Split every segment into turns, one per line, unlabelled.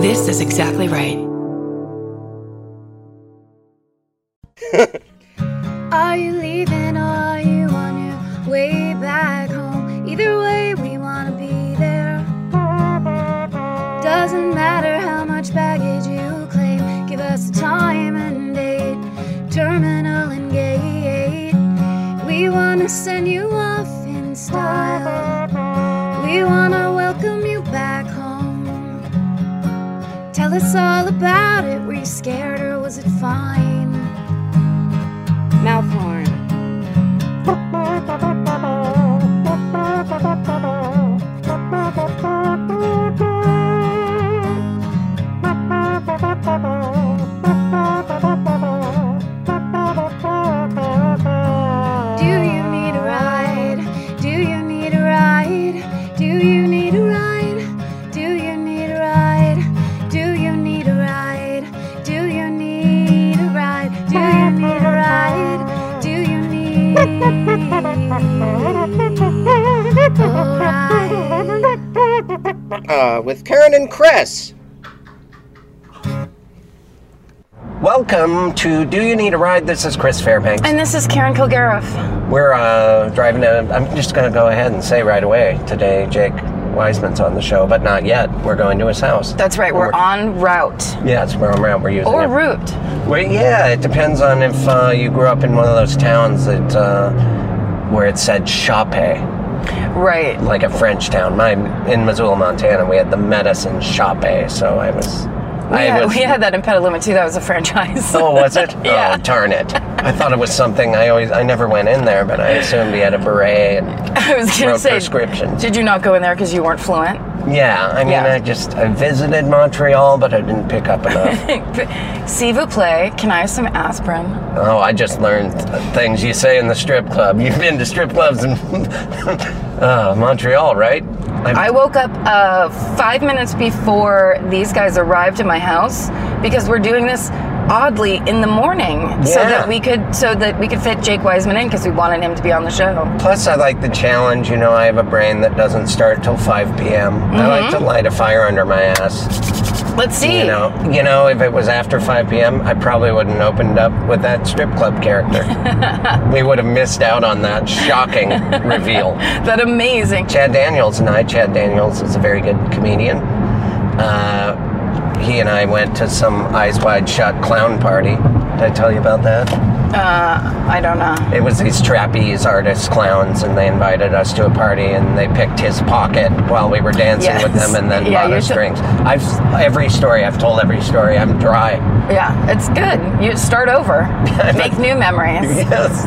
This is exactly right.
Are you leaving or are you on your way back home? Either way, we wanna be there. Doesn't matter how much baggage you claim, give us a time and date, terminal and gate. We wanna send you off in style. We wanna welcome you back home. Tell us all about it. Were you scared or was it fine? Mouth horn. Do you need a ride? Do you need a ride? Do you need a ride? Do you need a ride? Do you need a ride? Do you need a ride? Do you need a ride? Do you need a ride?
uh, with Karen and Chris. Welcome to Do You Need a Ride? This is Chris Fairbanks.
And this is Karen Kilgariff.
We're uh, driving. i I'm just going to go ahead and say right away today, Jake Wiseman's on the show, but not yet. We're going to his house.
That's right, we're on route.
Yes, we're on route. We're using
Or
it.
route.
Well, yeah, it depends on if uh, you grew up in one of those towns that uh, where it said Chape,
Right.
like a French town. My in Missoula, Montana, we had the medicine Chape, so I was.
We
I
had,
was
we had that in Petaluma too. That was a franchise.
Oh, was it?
Yeah.
Oh, darn it. I thought it was something I always, I never went in there, but I assumed he had a beret and
I was going to
wrote
say.
prescriptions.
Did you not go in there because you weren't fluent?
Yeah, I mean,
Yeah.
I just, I visited Montreal, but I didn't pick up enough.
See vous play. Can I have some aspirin?
oh, I just learned things you say in the strip club. You've been to strip clubs in uh, Montreal, right? I,
I woke up uh, five minutes before these guys arrived at my house because we're doing this oddly in the morning so
Yeah.
that we could so that we could fit Jake Wiseman in because we wanted him to be on the show.
plus, I like the challenge. You know, I have a brain that doesn't start till 5 p.m. I
Mm-hmm.
like to light a fire under my ass.
Let's see.
You know, you know, if it was after 5 p.m., I probably wouldn't opened up with that strip club character. we would have missed out on that shocking reveal.
That amazing.
Chad Daniels and I, Chad Daniels is a very good comedian. Uh, he and I went to some Eyes Wide Shut clown party. Did I tell you about that?
I don't know.
It was these trapeze artists, clowns, and they invited us to a party, and they picked his pocket while we were dancing with
Yes.
them, and then
Yeah,
bought
you
us
should-
drinks. I've every story I've told every story. I'm dry.
Yeah, it's good. You start over, make new memories.
Yes.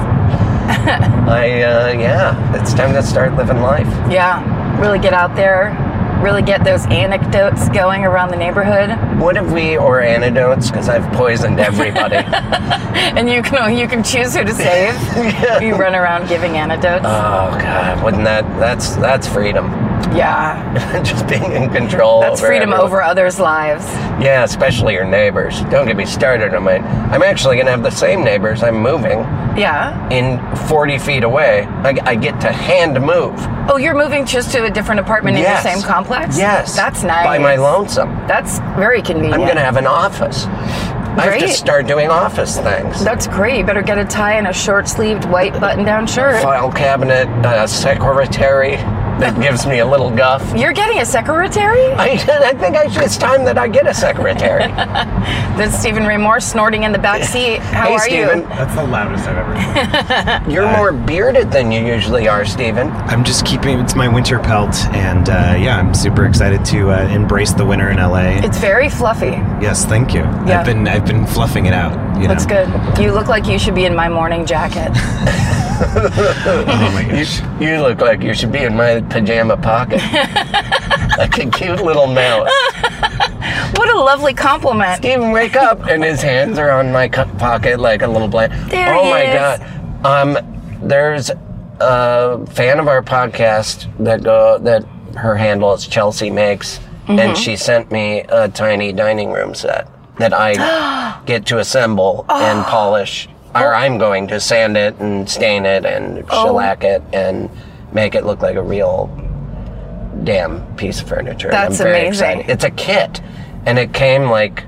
I, uh, yeah, it's time to start living life.
Yeah, really get out there, really get those anecdotes going around the neighborhood,
What have we, or antidotes, because I've poisoned everybody.
and you can you can choose who to save. You run around giving anecdotes.
oh, God, wouldn't that, that's, that's freedom.
yeah,
Just being in control.
that's
over
freedom
everyone.
over others' lives.
Yeah, especially your neighbors. Don't get me started on my, I'm actually going to have the same neighbors. I'm moving
Yeah.
in 40 feet away. I, I get to hand move.
Oh, you're moving just to a different apartment
yes.
in the same complex.
Yes.
That's nice.
By my lonesome.
That's very convenient.
I'm going to have an office. I have to
Great.
start doing office things.
That's great. You better get a tie and a short-sleeved white button-down shirt.
file cabinet uh, secretary that gives me a little guff.
You're getting a secretary?
I, I think I should, it's time that I get a secretary.
There's Stephen Ray Moore snorting in the back seat. How
hey,
are
Stephen,
you?
That's the loudest I've ever heard.
you're more bearded than you usually are, Stephen.
I'm just keeping it's my winter pelt, and uh, yeah, I'm super excited to uh, embrace the winter in LA.
It's very fluffy.
yes, thank you.
Yeah.
I've been I've been fluffing it out. You
Looks
know?
good. You look like you should be in my morning jacket.
Oh my
You,
gosh.
you look like you should be in my pajama pocket. like a cute little mouse.
What a lovely compliment.
Stephen, wake up! And his hands are on my cu- pocket like a little blanket.
There
oh
he
my
is.
god! Um, there's a fan of our podcast that go that her handle is Chelsea Makes,
Mm-hmm.
and she sent me a tiny dining room set that I get to assemble
Oh.
and polish. Or I'm going to sand it and stain it and
Oh.
shellac it and make it look like a real damn piece of furniture. and
That's
I'm very
amazing.
excited. It's a kit. and it came like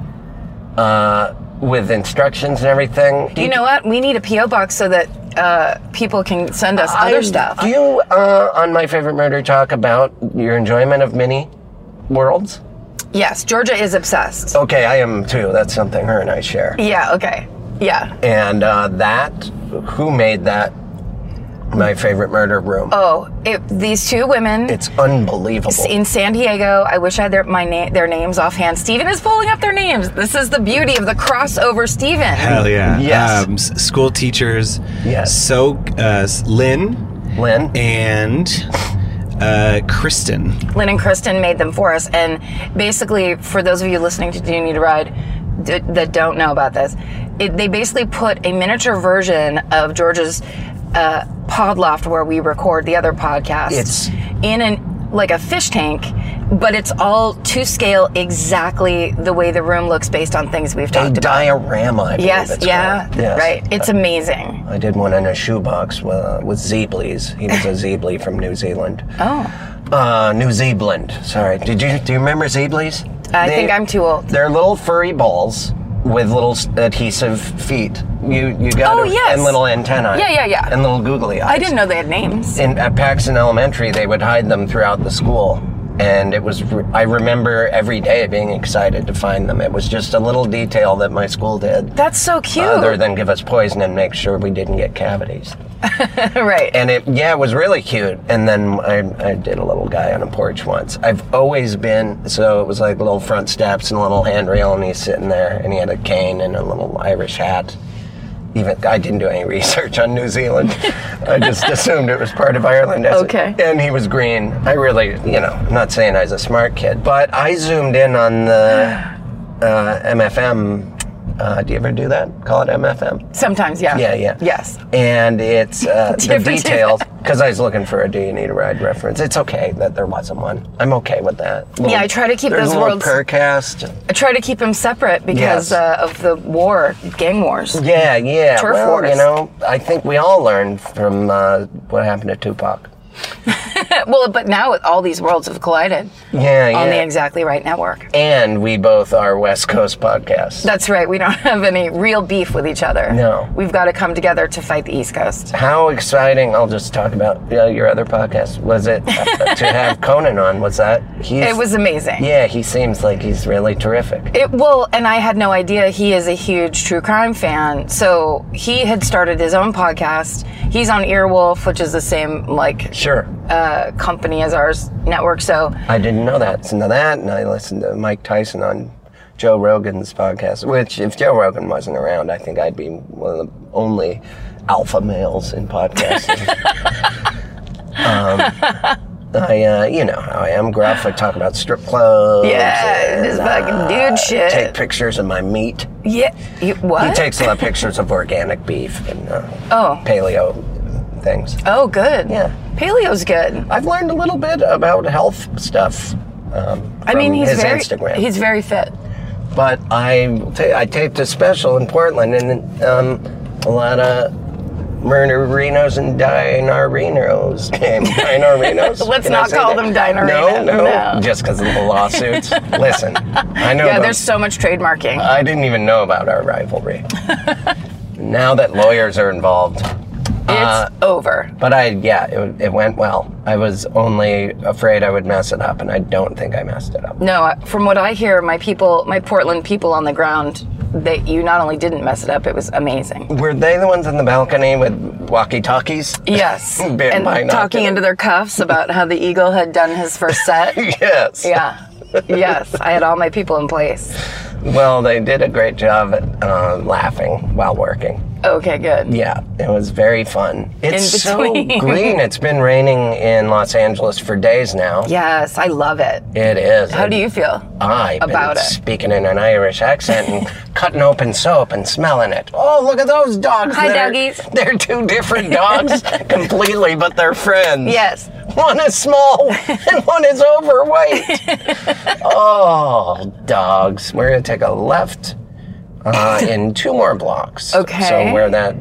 uh, with instructions and everything.
You know what? We need a PO box so that uh, people can send us other stuff.
Do you uh, on my favorite murder talk about your enjoyment of mini worlds?
yes, Georgia is obsessed.
Okay, I am too. That's something her and I share.
Yeah. Okay. Yeah.
And uh, that, who made that? My favorite murder room.
Oh, it, these two women.
It's unbelievable.
in San Diego. I wish I had their my na- their names offhand. Steven is pulling up their names. This is the beauty of the crossover, Steven.
Hell yeah. Um,
Yes.
s- school teachers.
Yes.
So, uh, Lynn
Lynn.
and uh, Kristen.
Lynn and Kristen made them for us. And basically, for those of you listening to Do You Need a Ride d- that don't know about this, it, they basically put a miniature version of George's uh, pod loft where we record the other podcast
It's-
in an like a fish tank. But it's all to scale exactly the way the room looks based on things we've
a
talked about.
diorama. I believe
Yes, Uh,
it's
yeah,
called. Yes.
right. It's amazing.
I did one in a shoebox with, uh, with Zeeblies. He was a Zeebly from New Zealand.
Oh,
Uh, New Zealand. Sorry. Did you do you remember Zeeblies?
I think I'm too old.
They're little furry balls with little s- adhesive feet. You you got
Oh,
to-
yes.
and little antennae.
Yeah, yeah, yeah.
And little googly eyes.
I didn't know they had names.
in at Paxton Elementary, they would hide them throughout the school, and it was. re- I remember every day being excited to find them. It was just a little detail that my school did,
That's so cute.
other than give us poison and make sure we didn't get cavities.
right.
And it, yeah, it was really cute. And then I, I did a little guy on a porch once. I've always been so it was like little front steps and a little handrail, and he's sitting there, and he had a cane and a little Irish hat. Even I didn't do any research on New Zealand. I just assumed it was part of Ireland. as-
Okay.
And he was green. I really, you know, I'm not saying I was a smart kid, but I zoomed in on the uh, MFM. Uh, do you ever do that? Call it MFM.
Sometimes, yeah.
Yeah, yeah.
Yes.
And it's uh,
Do you
the
have to do
details because I was looking for a "Do you need a ride?" reference. It's okay that there wasn't one. I'm okay with that. Little-
I try to keep
there's
those
a little
worlds-
Percast.
I try to keep them separate
Yes.
because uh, of the war, gang wars.
Yeah, yeah.
Turf
well,
wars.
you know, I think we all learned from uh, what happened to Tupac.
Well, but now with all these worlds have collided
Yeah, yeah.
on the exactly right network.
and we both are West Coast podcasts.
That's right. We don't have any real beef with each other.
No.
We've got to come together to fight the East Coast.
How exciting! I'll just talk about uh, your other podcast. Was it uh, to have Conan on? Was that? He's,
It was amazing.
Yeah, he seems like he's really terrific.
It, well, and I had no idea he is a huge true crime fan. So he had started his own podcast. He's on Earwolf, which is the same like
Sure.
uh, company as ours network. So
I didn't know that. So now that, and I listened to Mike Tyson on Joe Rogan's podcast, which if Joe Rogan wasn't around, I think I'd be one of the only alpha males in podcasting. um, I, uh, you know how I am. Gruff, I talk about strip clubs.
yeah,
and,
this
uh,
fucking dude shit.
Take pictures of my meat.
yeah, you, what?
He takes a lot of pictures of organic beef and uh,
Oh.
paleo things.
oh, good.
Yeah.
paleo's good.
I've learned a little bit about health stuff. Um,
I mean,
from
he's
his
very
Instagram.
he's very fit.
but I ta- I taped a special in Portland and um, a lot of murderinos and dinarinos came. Dinarinos.
Let's
Can I
not
say
call
that?
them
No,
dinarinos,
no,
no.
just because of the lawsuits. Listen, I know.
Yeah,
about-
there's so much trademarking.
I didn't even know about our rivalry. now that lawyers are involved. uh,
it's over.
But I, yeah, it, it went well. I was only afraid I would mess it up, and I don't think I messed it up.
No, I- from what I hear, my people, my Portland people on the ground, that you not only didn't mess it up, it was amazing.
Were they the ones in the balcony with walkie talkies?
Yes,
Bit
and
binocular.
talking into their cuffs about how the eagle had done his first set.
yes.
yeah, yes, I had all my people in place.
Well, they did a great job at uh, laughing while working.
Okay, good.
Yeah, it was very fun. It's so
between.
green. It's been raining in Los Angeles for days now.
Yes, I love it.
It is.
How do you feel?
I
about it?
speaking in an Irish accent and cutting open soap and smelling it. Oh, look at those dogs!
Hi,
They're-
doggies.
They're two different dogs completely, but they're friends.
Yes.
One is small and one is overweight. oh, dogs. We're going to take a left uh, in two more blocks.
Okay.
So, where that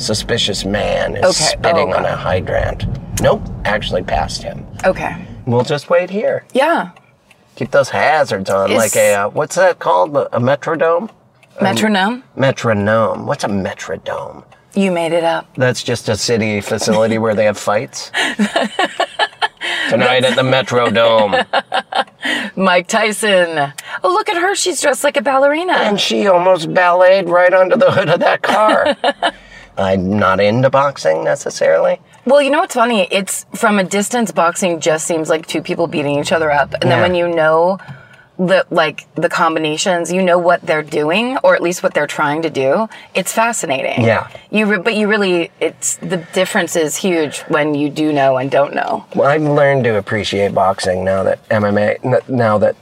suspicious man is
Okay.
spitting
Oh,
on a hydrant. Nope, actually passed him.
Okay.
We'll just wait here.
Yeah.
Keep those hazards on,
It's-
like a uh, what's that called? A metrodome?
Metronome?
Metronome. What's a metrodome?
You made it up.
That's just a city facility where they have fights. Tonight at the Metrodome.
Mike Tyson. Oh, look at her. She's dressed like a ballerina.
And she almost balleted right onto the hood of that car. I'm not into boxing necessarily.
Well, you know what's funny? It's from a distance, boxing just seems like two people beating each other up. And then
Yeah.
when you know the like the combinations, you know what they're doing, or at least what they're trying to do. It's fascinating.
Yeah.
You re- but you really it's the difference is huge when you do know and don't know.
Well, I've learned to appreciate boxing now that MMA, n- now that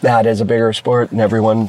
that is a bigger sport and everyone,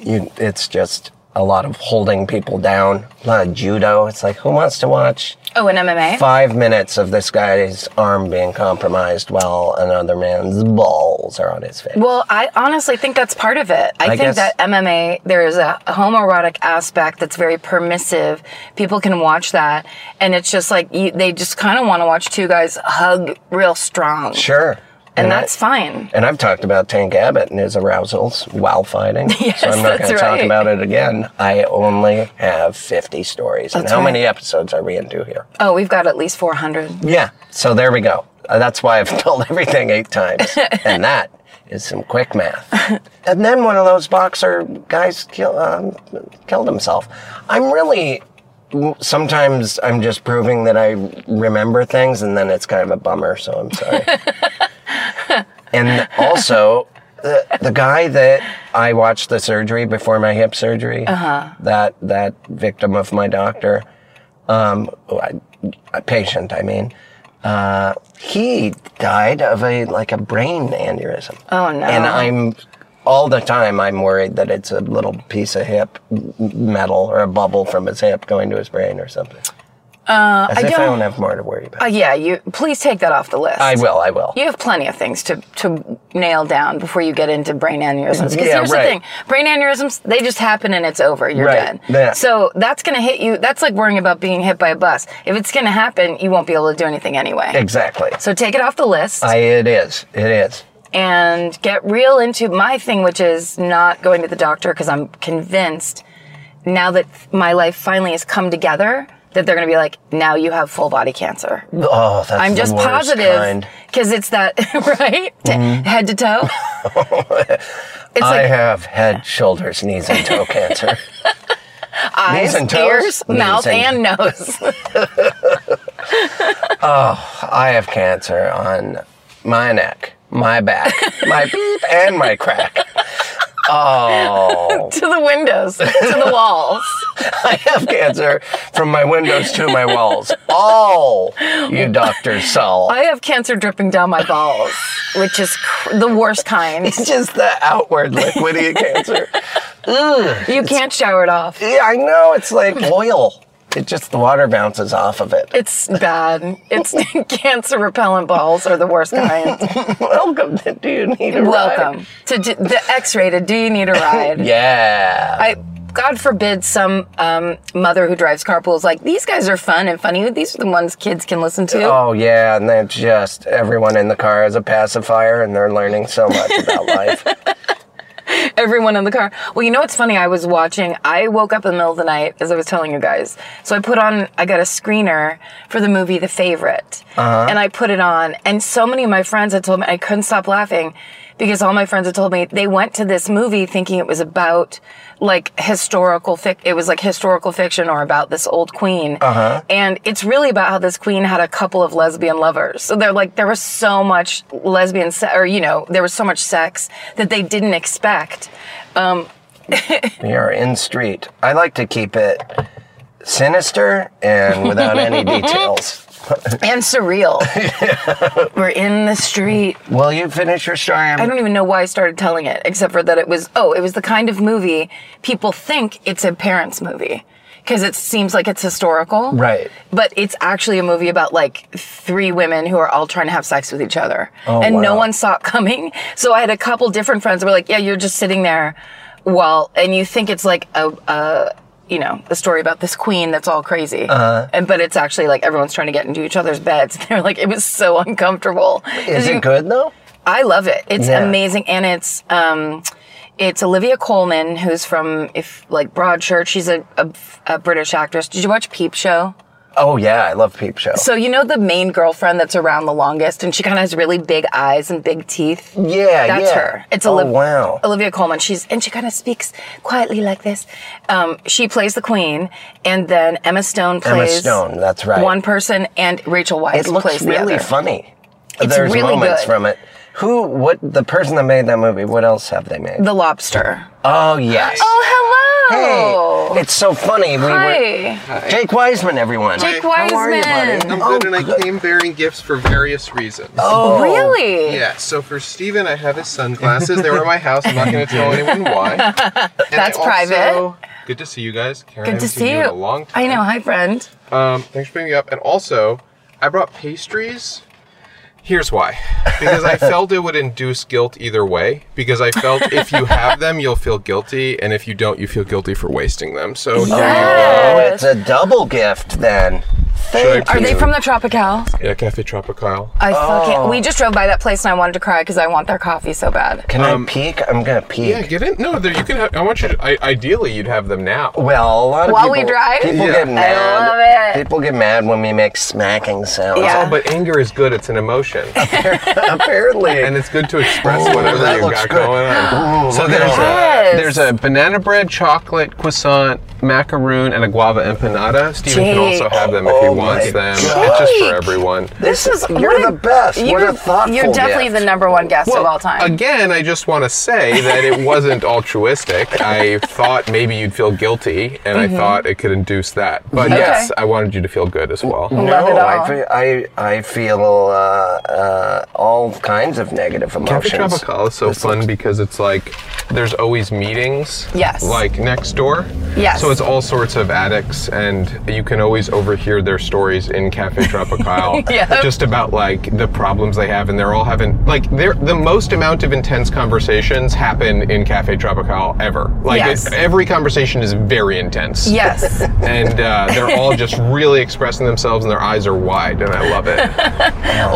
you, it's just a lot of holding people down. A lot of judo. It's like, who wants to watch
Oh, and MMA.
five minutes of this guy's arm being compromised while another man's balls are on his face?
Well, I honestly think that's part of it. I,
I
think
guess-
that MMA, there is a homoerotic aspect that's very permissive. People can watch that, and it's just like you, they just kind of want to watch two guys hug real strong.
sure.
And
I-
that's fine.
And I've talked about Tank Abbott and his arousals while fighting.
Yes,
so I'm not
that's
going to talk
right.
about it again. I only have 50 stories. and
That's
how
right.
many episodes are we into here?
Oh, we've got at least 400.
Yeah. So there we go. Uh, That's why I've told everything eight times. and that is some quick math. and then one of those boxer guys kill, um, killed himself. I'm really. Sometimes I'm just proving that I remember things, and then it's kind of a bummer, so I'm sorry. and also, the, the guy that I watched the surgery before my hip surgery,
Uh-huh.
that, that victim of my doctor, um, I- a patient, I mean, uh, he died of a like a brain aneurysm.
Oh, no.
And I'm all the time I'm worried that it's a little piece of hip m- metal or a bubble from his hip going to his brain or something. Uh, As
I
if I
don't-
don't have more to worry about.
Uh, yeah, you please take that off the list.
I will. I will.
You have plenty of things to, to nail down before you get into brain aneurysms. Because
Yeah,
here's
right.
the thing brain aneurysms, they just happen and it's over. You're
Right.
dead.
Yeah.
So that's going to hit you. That's like worrying about being hit by a bus. If it's going to happen, you won't be able to do anything anyway.
Exactly.
So take it off the list
I, it is. It is.
and get real into my thing, which is not going to the doctor because I'm convinced now that my life finally has come together that they're going to be like, now you have full body cancer.
Oh, that's
I'm
the
just
worst
positive
kind. Mm-hmm.
because it's that right T- head to toe. it's
I
like
have head, shoulders, knees, and toe cancer.
eyes,
and toes?
ears,
Knees
mouth, and
and-
nose.
I have cancer on my neck, my back, my beep, and my crack. Oh,
to the windows, to the walls.
I have cancer from my windows to my walls. All you Dr. Saul.
I have cancer dripping down my balls, which is cr- the worst kind.
It's just the outward liquidy cancer.
You can't shower it off.
Yeah, I know. It's like oil. It just, the water bounces off of it.
It's bad. It's cancer repellent balls are the worst kind.
Welcome to Do You Need a Ride?
Welcome to d- the X-rated. Do you need a ride?
Yeah.
I God forbid some um, mother who drives carpool is like, these guys are fun and funny. These are the ones kids can listen to.
Oh yeah, and then just everyone in the car has a pacifier, and they're learning so much about life.
Everyone in the car. Well, you know what's funny? I was watching, I woke up in the middle of the night as I was telling you guys. So I put on, I got a screener for the movie The Favorite. And I put it on. And so many of my friends had told me, I couldn't stop laughing because all my friends had told me they went to this movie thinking it was about like historical fic it was like historical fiction or about this old queen and it's really about how this queen had a couple of lesbian lovers so they're like there was so much lesbian se- or you know there was so much sex that they didn't expect
We are in street. I like to keep it sinister and without any details.
and surreal we're in the street
Will you finish your story?
I don't even know why I started telling it, except for that it was, oh, it was the kind of movie people think it's a parents' movie because it seems like it's historical.
Right.
But it's actually a movie about like three women who are all trying to have sex with each other.
Oh,
and no
wow.
one saw it coming. So I had a couple different friends who were like, yeah, you're just sitting there while, and you think it's like a, a you know, a story about this queen that's all crazy,
Uh-huh.
uh and but it's actually like everyone's trying to get into each other's beds. They're like, it was so uncomfortable.
Is
'Cause you-
it good though?
I love it. It's
Yeah.
amazing, and it's um, it's Olivia Coleman, who's from if like Broadchurch. She's a, a, a British actress. Did you watch Peep Show?
Oh yeah, I love Peep Show.
So you know the main girlfriend that's around the longest, and she kind of has really big eyes and big teeth.
yeah,
That's
yeah.
her. It's
oh
Olivia.
wow.
Olivia Coleman. She's and she kind of speaks quietly like this. Um, she plays the queen, and then Emma Stone
Emma
plays
Stone. That's right.
one person, and Rachel Weisz
it looks
plays the
really
other.
funny.
It's
There's
really
moments
good.
from it. Who? What? The person that made that movie? What else have they made?
The Lobster.
oh yes.
Oh hello.
Hey, it's so funny. We were
Hi.
Jake Wiseman, everyone.
Jake
Hi.
How are you, buddy?
Wiseman.
I'm good, and I came bearing gifts for various reasons.
Oh,
Really?
Yeah, so for Steven, I have his sunglasses. they were at my house. I'm not going to tell anyone why. And
That's
I also-
private.
Good to see you guys. Karen, I
Good
haven't
to
seen
see you.
in a long time.
I know. Hi, friend.
Um, thanks for bringing me up. And also, I brought pastries. Here's why. Because I felt it would induce guilt either way. Because I felt if you have them, you'll feel guilty. And if you don't, you feel guilty for wasting them. So here
Oh, it's
Yes.
a double gift then. Thank
I-
Are they
you.
from the Tropical?
Yeah, Cafe Tropical.
I fucking.
Oh.
We just drove by that place and I wanted to cry because I want their coffee so bad.
Can I peek? I'm gonna peek.
Um, Yeah, get in. No, there you can. Have, I want you. To, I, ideally, you'd have them now.
Well, a lot of
While we
people,
drive?
people
Yeah.
get
I
mad.
love it.
People get mad when we make smacking sounds.
Yeah.
Oh, But anger is good. It's an emotion,
Apparently.
and it's good to express
Ooh,
whatever
Oh, that
you
looks
got
good.
going on.
Ooh,
so
look at
there's a,
that.
there's a banana bread, chocolate croissant, macaroon, and a guava empanada. Steven can also
Jake.
have them if
Oh
he wants
my
them.
God.
It's just
Jake.
for everyone.
This is
you're the best. What a thoughtful
You're definitely
gift.
the number one guest of all time.
Again, I just want to say that it wasn't altruistic. I thought maybe you'd feel guilty, and
Mm-hmm.
I thought it could induce that. But
Okay.
yes, I wanted you to feel good as well.
no,
Love it all.
I feel, I, I feel uh, uh, all kinds of negative
Cafe
emotions.
Tropical is so fun because it's like there's always meetings.
Yes.
Like next door.
Yes.
So it's all sorts of addicts, and you can always overhear their stories in Cafe Tropical.
Yeah.
Just about like the problems they have, and they're all having like they're the most amount of intense conversations happen in Cafe Tropical ever. Like
Yes.
it, every conversation is very intense.
Yes.
And uh, they're all just really expressing themselves, and their eyes are wide, and I love it.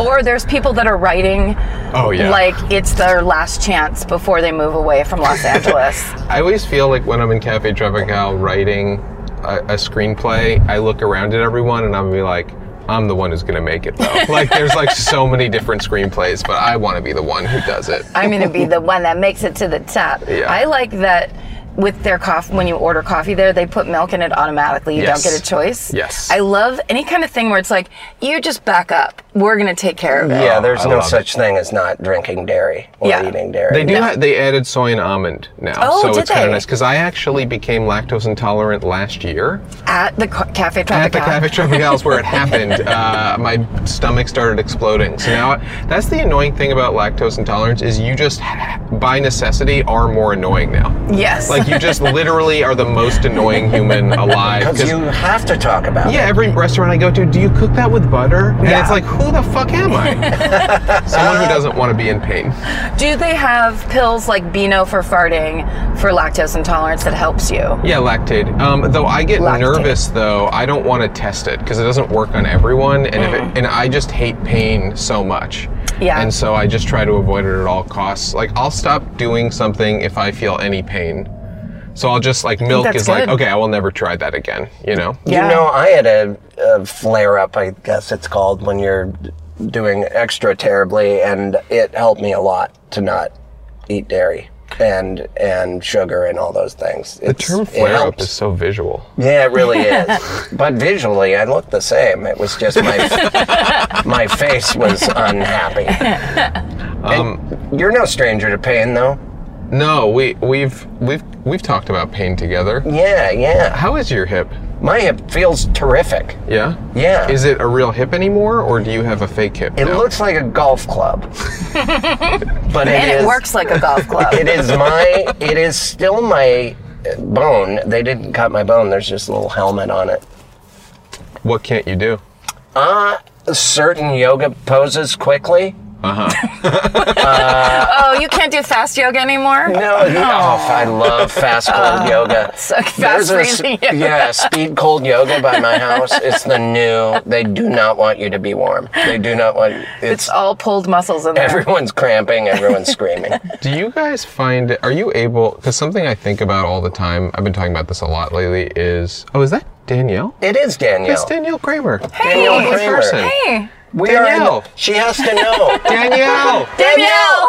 or there's people that are writing
Oh yeah.
like it's their last chance before they move away from Los Angeles.
I always feel like when I'm in Cafe Tropical writing a, a screenplay, I look around at everyone and I'm be like, I'm the one who's gonna make it though. like there's like so many different screenplays, but I want to be the one who does it.
I'm going to be the one that makes it to the top.
Yeah.
I like that with their coffee, when you order coffee there, they put milk in it automatically. You
Yes.
don't get a choice.
Yes.
I love any kind of thing where it's like, you just back up. We're going to take care of it.
Yeah, there's
Oh, I
no
love
such thing as not drinking dairy or
Yeah.
eating dairy.
They do. ha- they added soy and almond now,
Oh,
so
did
it's kind
they?
of nice. Because I actually became lactose intolerant last year
At the co- Cafe Tropical.
at the Cafe Tropical is where it happened. Uh, my stomach started exploding. So now that's the annoying thing about lactose intolerance is you just by necessity are more annoying now.
Yes.
Like you just literally are the most annoying human alive.
Because
'Cause-
you have to talk about
yeah, every restaurant I go to, do you cook that with butter? And
Yeah.
it's like, who the fuck am I? Someone who doesn't want to be in pain.
Do they have pills like Beano for farting for lactose intolerance that helps you?
Yeah, lactate. Um, though I get
Lactate.
nervous though. I don't want to test it because it doesn't work on everyone, and if it, and I just hate pain so much.
Mm. Yeah.
And so I just try to avoid it at all costs. Like I'll stop doing something if I feel any pain. So I'll just like milk
that's
is like
good.
okay, I will never try that again. You know.
it. You know, I had a, a flare up, I guess it's called, when you're doing extra terribly, and it helped me a lot to not eat dairy and and sugar and all those things.
The term flare up is so visual.
Yeah, it really is. but visually, I looked the same. It was just my my face was unhappy. And you're no stranger to pain, though.
No, we we've we've we've talked about pain together.
Yeah, yeah.
How is your hip?
My hip feels terrific.
Yeah.
Yeah.
Is it a real hip anymore, or do you have a fake hip?
It
now?
looks like a golf club, but
And
it
it
is.
works like a golf club.
It is my. It is still my uh, bone. They didn't cut my bone. There's just a little helmet on it.
What can't you do?
Certain yoga poses quickly.
Oh, you can't do fast yoga anymore?
No, no. I love fast cold yoga.
Oh. Uh, so fast
There's a s-
freezing yoga.
Yeah, speed cold yoga by my house. It's the new. They do not want you to be warm. They do not want. It's,
It's all pulled muscles in there.
everyone's cramping. Everyone's screaming.
Do you guys find are you able cuz something I think about all the time, I've been talking about this a lot lately is oh is that Danielle?
It is Danielle.
That's Danielle Kramer.
Danielle
Hey,
Kramer.
person.
Hey,
We are in-
Danielle.
she has to know.
Danielle.
Danielle,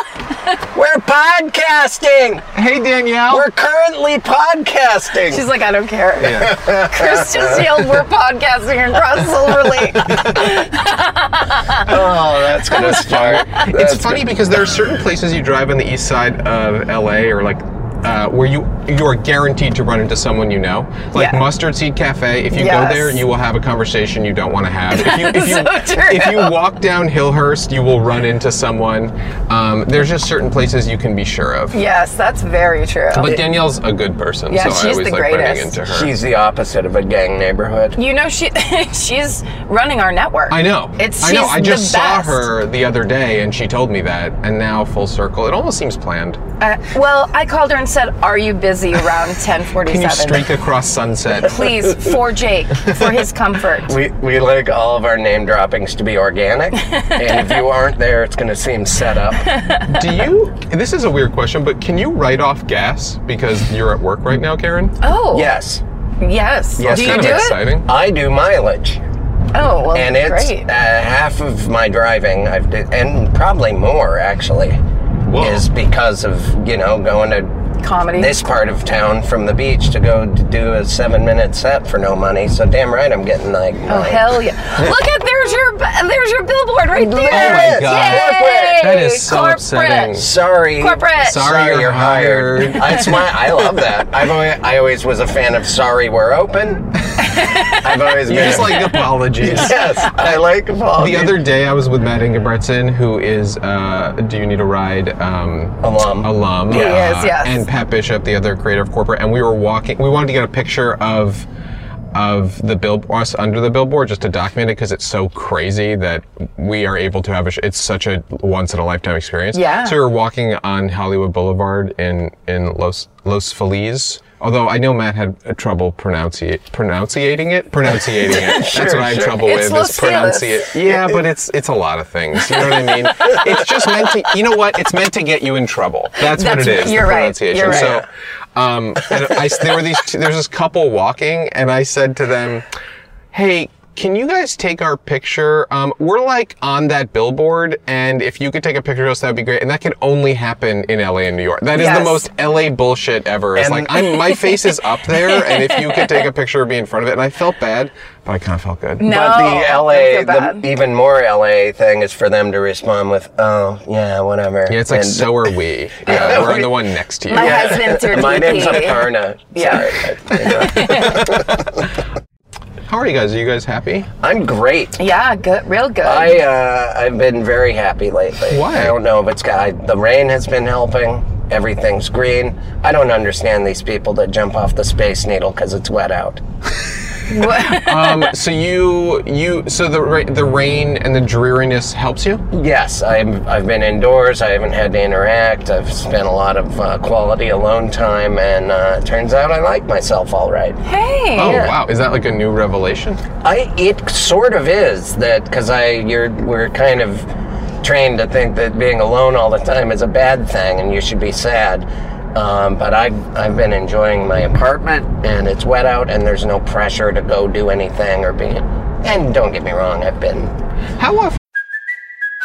we're podcasting.
hey Danielle.
We're currently podcasting.
she's like, I don't care. Chris just yelled, "We're podcasting across Silver Lake."
oh, that's gonna start.
it's
That's
funny because there are certain places you drive on the east side of LA or like uh, where you you are guaranteed to run into someone you know, like
Yeah.
Mustard Seed Cafe. If you
Yes.
go there, you will have a conversation you don't want to have. If you if you,
So true.
if you walk down Hillhurst, you will run into someone. Um, there's just certain places you can be sure of.
yes, that's very true.
But Danielle's a good person,
Yeah,
so I
she's
always
the
like running
greatest.
into her.
She's the opposite of a gang neighborhood.
you know, she she's running our network.
I know.
It's
I know.
she's
I just
the
saw
best.
her the other day, and she told me that, and now full circle. It almost seems planned.
Uh, well, I called her and said, "Are you busy around 10:47?"
Can you streak across sunset?
Please, for Jake, for his comfort.
We, we like all of our name droppings to be organic, and if you aren't there, it's going to seem set up.
Do you? This is a weird question, but can you write off gas because you're at work right now, Karen?
Oh,
Yes,
yes.
Yes,
do you
kind
do
of
it?
exciting.
I do mileage,
Oh, well,
and it's
great.
uh, half of my driving. I've did, and probably more actually,
Whoa.
is because of you know going to
Comedy.
this part of town from the beach to go to do a seven minute set for no money. So damn right, I'm getting like
Oh
mine.
hell yeah! Look at there's your there's your billboard right there.
at
it. God.
Yay!
That is so
Corporate.
upsetting.
Sorry.
Corporate.
Sorry, you're hired.
That's my. I love that. I've always, I always was a fan of Sorry We're Open. I've always
You
been
just like apologies.
Yes, I like
The other day, I was with Matt Ingebretson, who is uh, Do You Need a Ride um,
Alum.
alum,
He
is, yes.
and Pat Bishop, the other creator of corporate, and we were walking. We wanted to get a picture of of the billboard us under the billboard just to document it because it's so crazy that we are able to have a sh- it's such a once in a lifetime experience
Yeah.
so we were walking on hollywood boulevard in in los los feliz although i know matt had uh, trouble pronouncing pronunciating it pronunciating it that's what i had trouble
It's
with is
Los Feliz.
pronunciate yeah, but it's it's a lot of things. You know what I mean? it's just meant to. You know what? It's meant to get you in trouble. That's, what
That's-
it is.
you're
the
right,
pronunciation.
you're right.
So, um, and I, there were these. Two, there's this couple walking, and I said to them, "Hey." Can you guys take our picture? Um, we're like on that billboard, and if you could take a picture of us, that'd be great. And that can only happen in LA and New York. That is
Yes.
the most LA bullshit ever. It's
And-
like I'm, my face is up there, and if you could take a picture of me in front of it, and I felt bad, but I kind of felt good.
No,
But
Oh, I feel
the LA,
bad.
the even more LA thing is for them to respond with, "Oh yeah, whatever."
Yeah, it's like,
And-
so are we. Yeah, we're on the one next to you.
My husband's your
My name's
DP.
Aparna.
Yeah.
Sorry. I-
How are you guys? Are you guys happy?
I'm great.
Yeah, good, real good.
I uh, I've been very happy lately.
Why?
I don't know if it's got I, the rain has been helping. Everything's green. I don't understand these people that jump off the space needle because it's wet out.
Um, so you you so the ra- the rain and the dreariness helps you.
Yes, I'm, I've been indoors. I haven't had to interact. I've spent a lot of uh, quality alone time, and uh, it turns out I like myself all right.
hey,
Oh wow, is that like a new revelation?
I it sort of is that because I you're we're kind of trained to think that being alone all the time is a bad thing and you should be sad. Um, but I I've been enjoying my apartment and it's wet out and there's no pressure to go do anything or be. And don't get me wrong, I've been
How often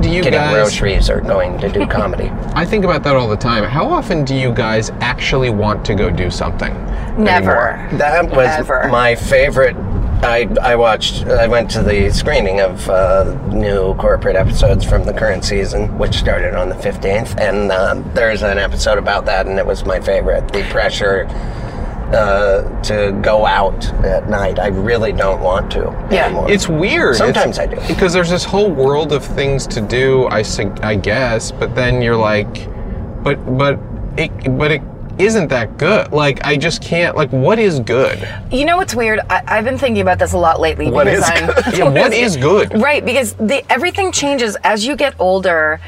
do you
getting
guys?
groceries or going to do comedy.
I think about that all the time. How often do you guys actually want to go do something?
never.
anymore?
That was
Ever.
my favorite I, I watched, I went to the screening of uh, new corporate episodes from the current season, which started on the 15th. And uh, there's an episode about that, and it was my favorite. The pressure uh, to go out at night. I really don't want to
Yeah.
anymore.
It's weird.
Sometimes I do.
because there's this whole world of things to do. I sug- I guess, but then you're like, but but it but it isn't that good. Like I just can't. Like what is good?
You know what's weird? I, I've been thinking about this a lot lately.
What
because
is
I'm,
good?
Yeah, what is good?
Right, because the, everything changes as you get older,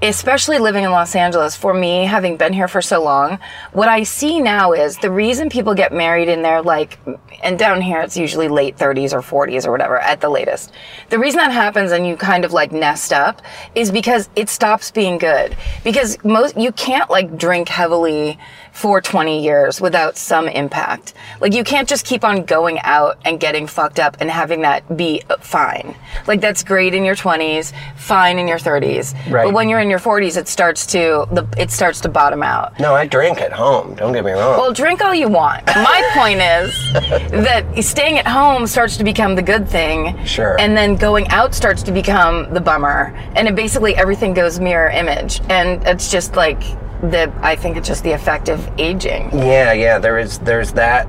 especially living in Los Angeles. For me, having been here for so long, what I see now is the reason people get married in their like, and down here it's usually late 30s or 40s or whatever at the latest. The reason that happens and you kind of like nest up is because it stops being good. Because most, you can't like drink heavily for 20 years without some impact. Like you can't just keep on going out and getting fucked up and having that be uh, fine. Like that's great in your 20s, fine in your 30s.
Right.
But when you're in your 40s it starts to the it starts to bottom out.
No, I drink at home. Don't get me wrong.
Well, drink all you want. My point is that staying at home starts to become the good thing.
Sure.
And then going out starts to become the bummer. And it basically everything goes mirror image. And it's just like the I think it's just the effect of aging.
yeah, yeah. There is there's that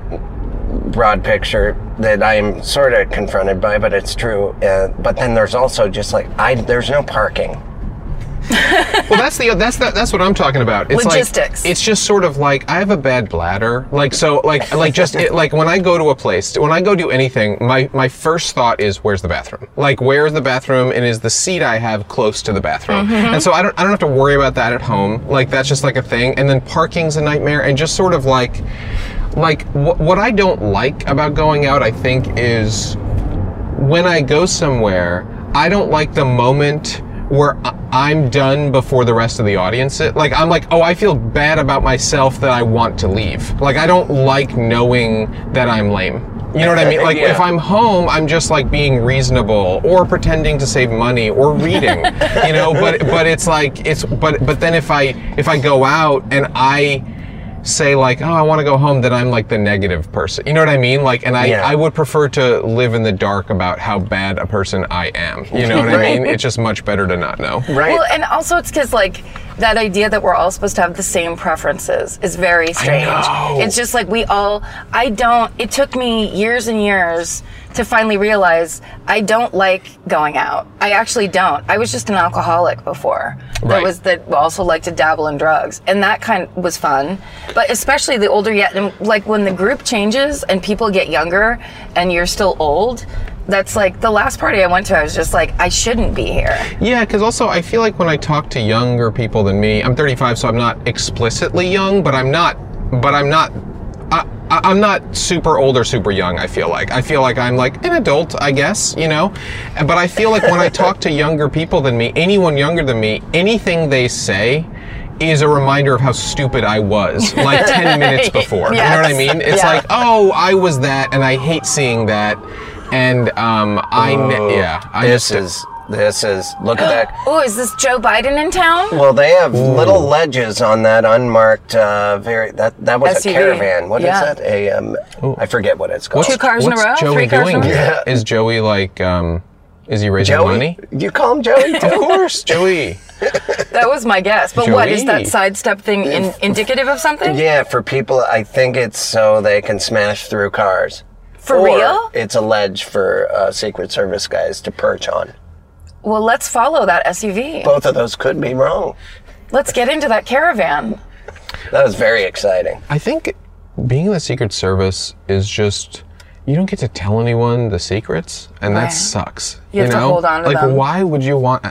broad picture that I'm sort of confronted by, but it's true. Uh, but then there's also just like I there's no parking.
Well, that's the that's that, that's what I'm talking about. It's
Logistics.
Like, it's just sort of like I have a bad bladder. Like so, like like just it, like when I go to a place, when I go do anything, my my first thought is where's the bathroom? Like where's the bathroom? And is the seat I have close to the bathroom?
Mm-hmm.
And so I don't I don't have to worry about that at home. Like that's just like a thing. And then parking's a nightmare. And just sort of like like wh- what I don't like about going out, I think is when I go somewhere, I don't like the moment where I- I'm done before the rest of the audience. It- Like I'm like, oh, I feel bad about myself that I want to leave. Like I don't like knowing that I'm lame. You know what I mean? Like
Yeah.
if I'm home, I'm just like being reasonable or pretending to save money or reading. you know, but but it's like it's but but then if I if I go out and I say like, oh, I want to go home, then I'm like the negative person. You know what I mean? Like, and I,
Yeah.
I would prefer to live in the dark about how bad a person I am. You know what I mean? It's just much better to not know.
Right.
Well, and also it's because like that idea that we're all supposed to have the same preferences is very strange.
know.
It's just like we all. I don't. It took me years and years to finally realize I don't like going out. I actually don't. I was just an alcoholic before. That
Right.
was that also liked to dabble in drugs, and that kind was fun. But especially the older yet, and like when the group changes and people get younger, and you're still old. That's like the last party I went to. I was just like, I shouldn't be here.
Yeah, because also I feel like when I talk to younger people than me, I'm 35, so I'm not explicitly young, but I'm not, but I'm not, I, I- I'm not super old or super young. I feel like I feel like I'm like an adult, I guess, you know. And- But I feel like when I talk to younger people than me, anyone younger than me, anything they say. Is a reminder of how stupid I was like 10 minutes before. You know what I
Yes.
mean? It's
Yeah.
like, oh, I was that and I hate seeing that. And um, I, ne- yeah, I
this
just,
is this is look at that.
Oh, is this Joe Biden in town?
Well, they have little ledges on that unmarked. Uh, very that that was
SUV.
a caravan. What is
Yeah.
that? A um, I forget what it's called.
Two cars in a
What's
row?
Joey
Three cars in a
doing?
row?
here? Is Joey like, um, is he raising
Joey.
money?
You call him Joey?
Of
too?
course, Joey.
That was my guess. But what is
Joey.
that sidestep thing in, indicative of something?
yeah, for people, I think it's so they can smash through cars.
For
Or
real?
It's a ledge for uh, Secret Service guys to perch on.
Well, let's follow that SUV.
Both of those could be wrong.
Let's get into that caravan.
That was very exciting.
I think being in the Secret Service is just. You don't get to tell anyone the secrets, and that
Right.
sucks.
You have to
know?
hold on to
like,
them.
why would you want?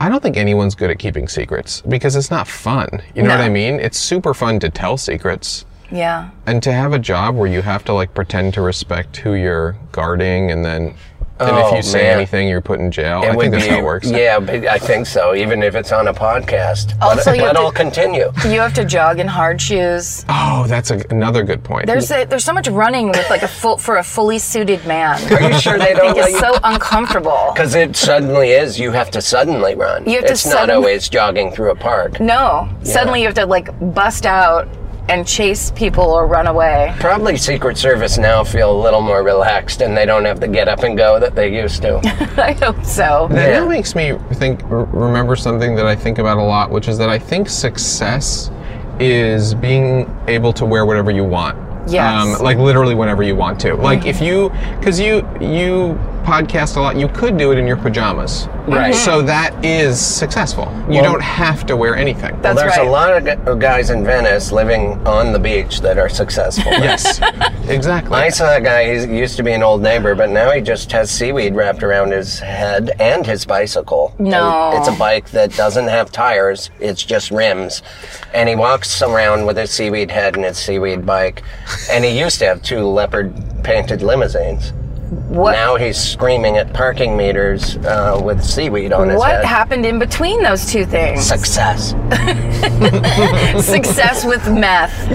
I don't think anyone's good at keeping secrets because it's not fun. You know
No.
what I mean? It's super fun to tell secrets,
Yeah.
and to have a job where you have to like pretend to respect who you're guarding, and then, and
Oh,
if you say
man.
anything, you're put in jail. I think that's how it works.
Yeah, but I think so. Even if it's on a podcast.
Also,
but
you have
but
to-
I'll continue.
You have to jog in hard shoes.
Oh, that's a, another good point.
There's a, there's so much running with like a full for a fully suited man.
Are you sure they
I think
don't let
it's
you?
so uncomfortable.
Because it suddenly is. You have to suddenly run.
You have to
it's not
sudden-
always jogging through a park.
No, suddenly you have to like bust out and chase people or run away.
Probably Secret Service now feel a little more relaxed and they don't have to get up and go that they used to.
I hope so.
That
Yeah.
now makes me think r- remember something that I think about a lot, which is that I think success is being able to wear whatever you want. Um,
Yes.
like literally whenever you want to. Like if you, because you you podcast a lot, you could do it in your pajamas.
Right.
So that is successful. You don't have to wear anything.
That's
There's
right.
a lot of gu- of guys in Venice living on the beach that are successful.
yes. exactly.
I saw a guy, he used to be an old neighbor, but now he just has seaweed wrapped around his head and his bicycle.
No.
And it's a bike that doesn't have tires, it's just rims. And he walks around with his seaweed head and his seaweed bike. And he used to have two leopard painted limousines.
What
Now he's screaming at parking meters uh, with seaweed on his
what
head.
happened in between those two things?
Success.
Success with meth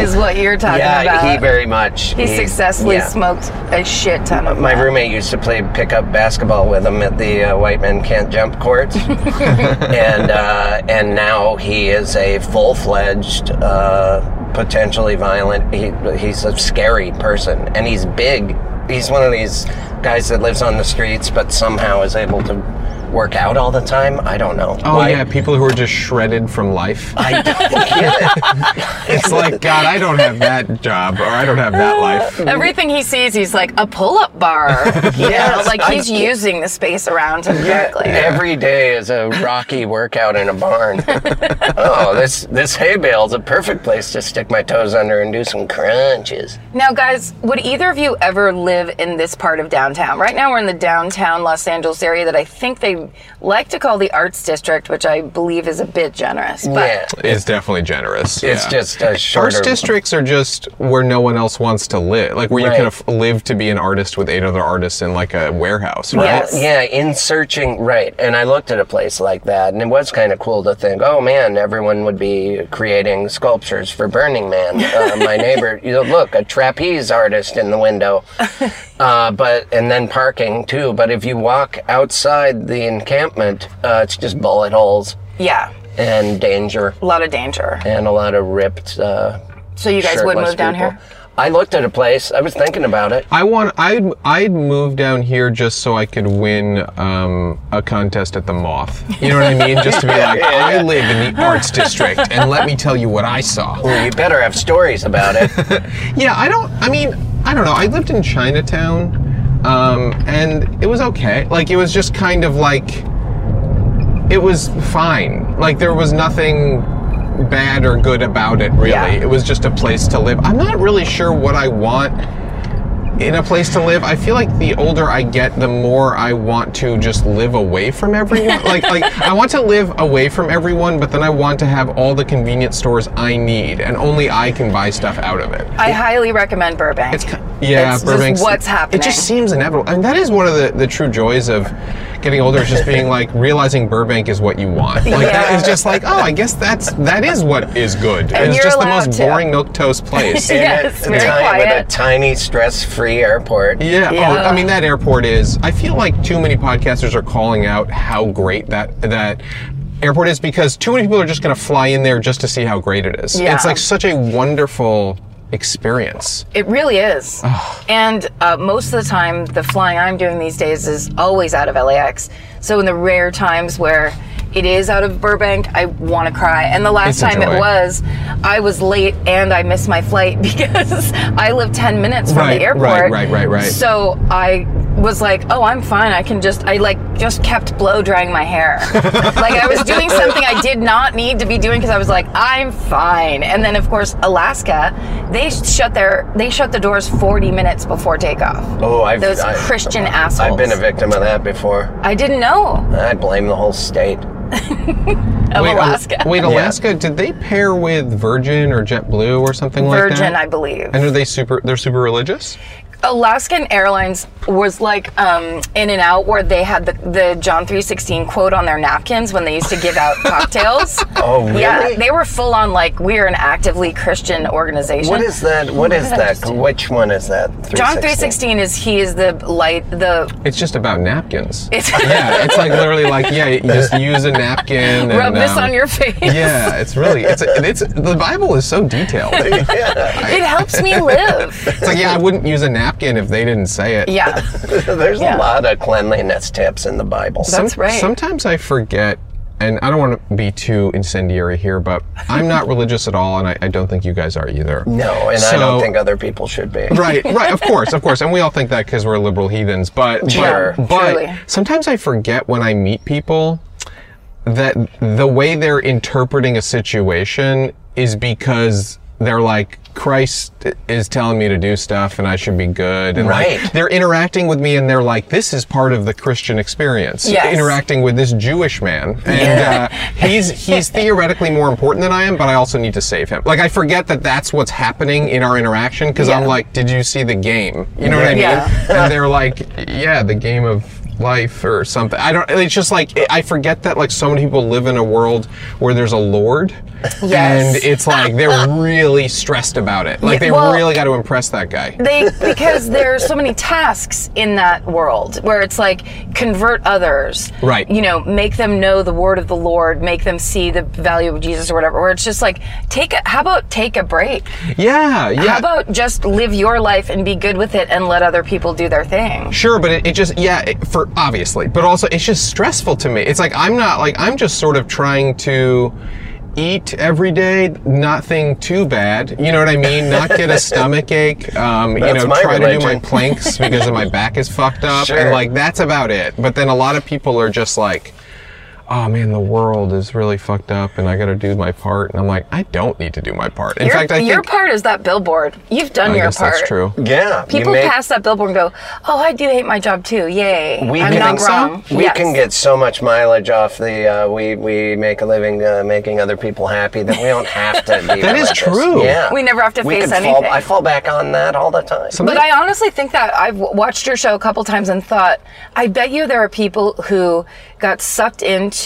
is what you're talking about.
Yeah, he very much.
He successfully
yeah.
smoked a shit ton of
My
meth.
roommate used to play pickup basketball with him at the uh, White Men Can't Jump courts, and uh, and now he is a full fledged, uh, potentially violent. He, he's a scary person, and he's big. He's one of these guys that lives on the streets, but somehow is able to work out all the time. I don't know.
Oh
Why-
yeah, people who are just shredded from life.
I don't get it.
It's like God, I don't have that job, or I don't have that life.
Everything he sees, he's like a pull-up bar. You know,
Yes,
like
I
he's
get-
using the space around him correctly.
Every day is a rocky workout in a barn. oh, this this hay bale's a perfect place to stick my toes under and do some crunches.
Now, guys, would either of you ever live in this part of downtown? Right now, we're in the downtown Los Angeles area that I think they like to call the Arts District, which I believe is a bit generous. But
yeah,
It's definitely generous.
it's
yeah.
just a shorter.
Arts districts are just where no one else wants to live, like where you
Right.
can aff live to be an artist with eight other artists in like a warehouse, right?
Yes.
Yeah, in searching, right. And I looked at a place like that, and it was kind of cool to think, oh man, everyone would be creating sculptures for Burning Man. Uh, my neighbor, you know, look, a trapeze artist in the window. Uh, but and then parking too. But if you walk outside the encampment, uh, it's just bullet holes
yeah,
and danger
a lot of danger.
and a lot of ripped. Uh,
So you guys would
shirtless
move down
people.
here?
I looked at a place. I was thinking about it.
I want. I'd I'd move down here just so I could win um, a contest at the Moth. You know what I mean? Just to be like, I live in the Arts District, and let me tell you what I saw.
You better have stories about it.
Yeah, I don't. I mean, I don't know. I lived in Chinatown, um, and it was okay. Like it was just kind of like it was fine. Like there was nothing bad or good about it. Really,
Yeah.
it was just a place to live. I'm not really sure what I want in a place to live. I feel like the older I get, the more I want to just live away from everyone. like like I want to live away from everyone, but then I want to have all the convenience stores I need, and only I can buy stuff out of it.
I highly recommend Burbank.
It's ki- yeah,
It's just
Burbank's.
what's happening.
It just seems inevitable, and that is one of the, the true joys of getting older is just being like realizing Burbank is what you want. Like that
Yeah.
is just like oh, I guess that's that is what is good.
And
it's
you're
just the
allowed
most
to.
boring milk toast place. yeah.
Yes,
In a
very
time With
quiet.
a tiny, stress-free airport.
Oh, I mean that airport is. I feel like too many podcasters are calling out how great that that. Airport is because too many people are just going to fly in there just to see how great it is.
Yeah.
It's like such a wonderful experience.
It really is. And uh, most of the time, the flying I'm doing these days is always out of LAX. So in the rare times where it is out of Burbank, I want to cry. And the last
It's a
time it
joy.
was, I was late and I missed my flight because I live 10 minutes from
Right,
the airport.
right, right, right, right.
So I was like, oh, I'm fine. I can just, I like just kept blow drying my hair. like I was doing something I did not need to be doing because I was like, I'm fine. And then of course, Alaska, they shut their, they shut the doors 40 minutes before takeoff.
Oh, I've
Those
I've-
Christian assholes.
I've been a victim of that before.
I didn't know
I blame the whole state.
of
Wait, Al-
Alaska.
uh, Wait, Alaska, did they pair with Virgin or JetBlue or something like that?
Virgin, I believe.
And are they super? They're super religious.
Alaskan Airlines was like um, In and Out, where they had the, the John three sixteen quote on their napkins when they used to give out cocktails.
Oh, really?
yeah, they were full on like we're an actively Christian organization.
What is that? What is
did I
that?
just do?
Which one is that?
John three sixteen? Is he is the light the
It's just about napkins.
it's
yeah, it's like literally like yeah, you just use a napkin.
rub
and,
this
um,
on your face.
Yeah, it's really it's it's the Bible is so detailed. It's
It helps me live.
like yeah, I wouldn't use a napkin if they didn't say it.
Yeah,
There's
Yeah.
a lot of cleanliness tips in the Bible.
that's right.
Sometimes I forget, and I don't want to be too incendiary here, but I'm not religious at all, and I, I don't think you guys are either.
no, and I don't
So-
think other people should be.
Right, right, of course, of course, and we all think that because we're liberal heathens. But but-
Sure,
but,
surely.
sometimes I forget when I meet people that the way they're interpreting a situation is because they're like Christ is telling me to do stuff and I should be good and
Right.
like they're interacting with me and they're like this is part of the Christian experience
Yes.
interacting with this Jewish man and uh, he's he's theoretically more important than I am but I also need to save him like I forget that that's what's happening in our interaction because I'm
Yeah.
like did you see the game you know what I mean
Yeah.
and they're like, yeah, the game of life or something. I don't. It's just like I forget that like so many people live in a world where there's a lord,
Yes.
and it's like they're really stressed about it. Like
Yeah,
they
well-
really got to impress that guy.
They because there's so many tasks in that world where it's like convert others,
Right.
You know, make them know the word of the Lord, make them see the value of Jesus or whatever. Where it's just like take a how about take a break?
Yeah, yeah.
How about just live your life and be good with it and let other people do their thing?
Sure, but it, it just yeah, it, for obviously, but also it's just stressful to me. It's like I'm not like I'm just sort of trying to eat every day, nothing too bad. You know what I mean? Not get a stomach ache. Um, you
That's
know,
my
try to do my
religion.
planks because of my back is fucked up,
Sure.
and like that's about it. But then a lot of people are just like. Oh man, the world is really fucked up, and I got to do my part. And I'm like, I don't need to do my part. In
your,
fact, I
your
think Oh,
part is that billboard. You've done
I
your
guess
part.
that's true.
Yeah. you
People
make-
pass that billboard and go, "Oh, I do hate my job too. Yay!
We
I'm
can,
not wrong."
We
Yes.
can get so much mileage off the uh, we we make a living uh, making other people happy that we don't have to. Be
That is
religious.
true.
Yeah,
We never have to
we
face
could fall-
anything.
I fall back on that all the time.
But I honestly think that I've w- watched your show a couple times and thought, I bet you there are people who got sucked into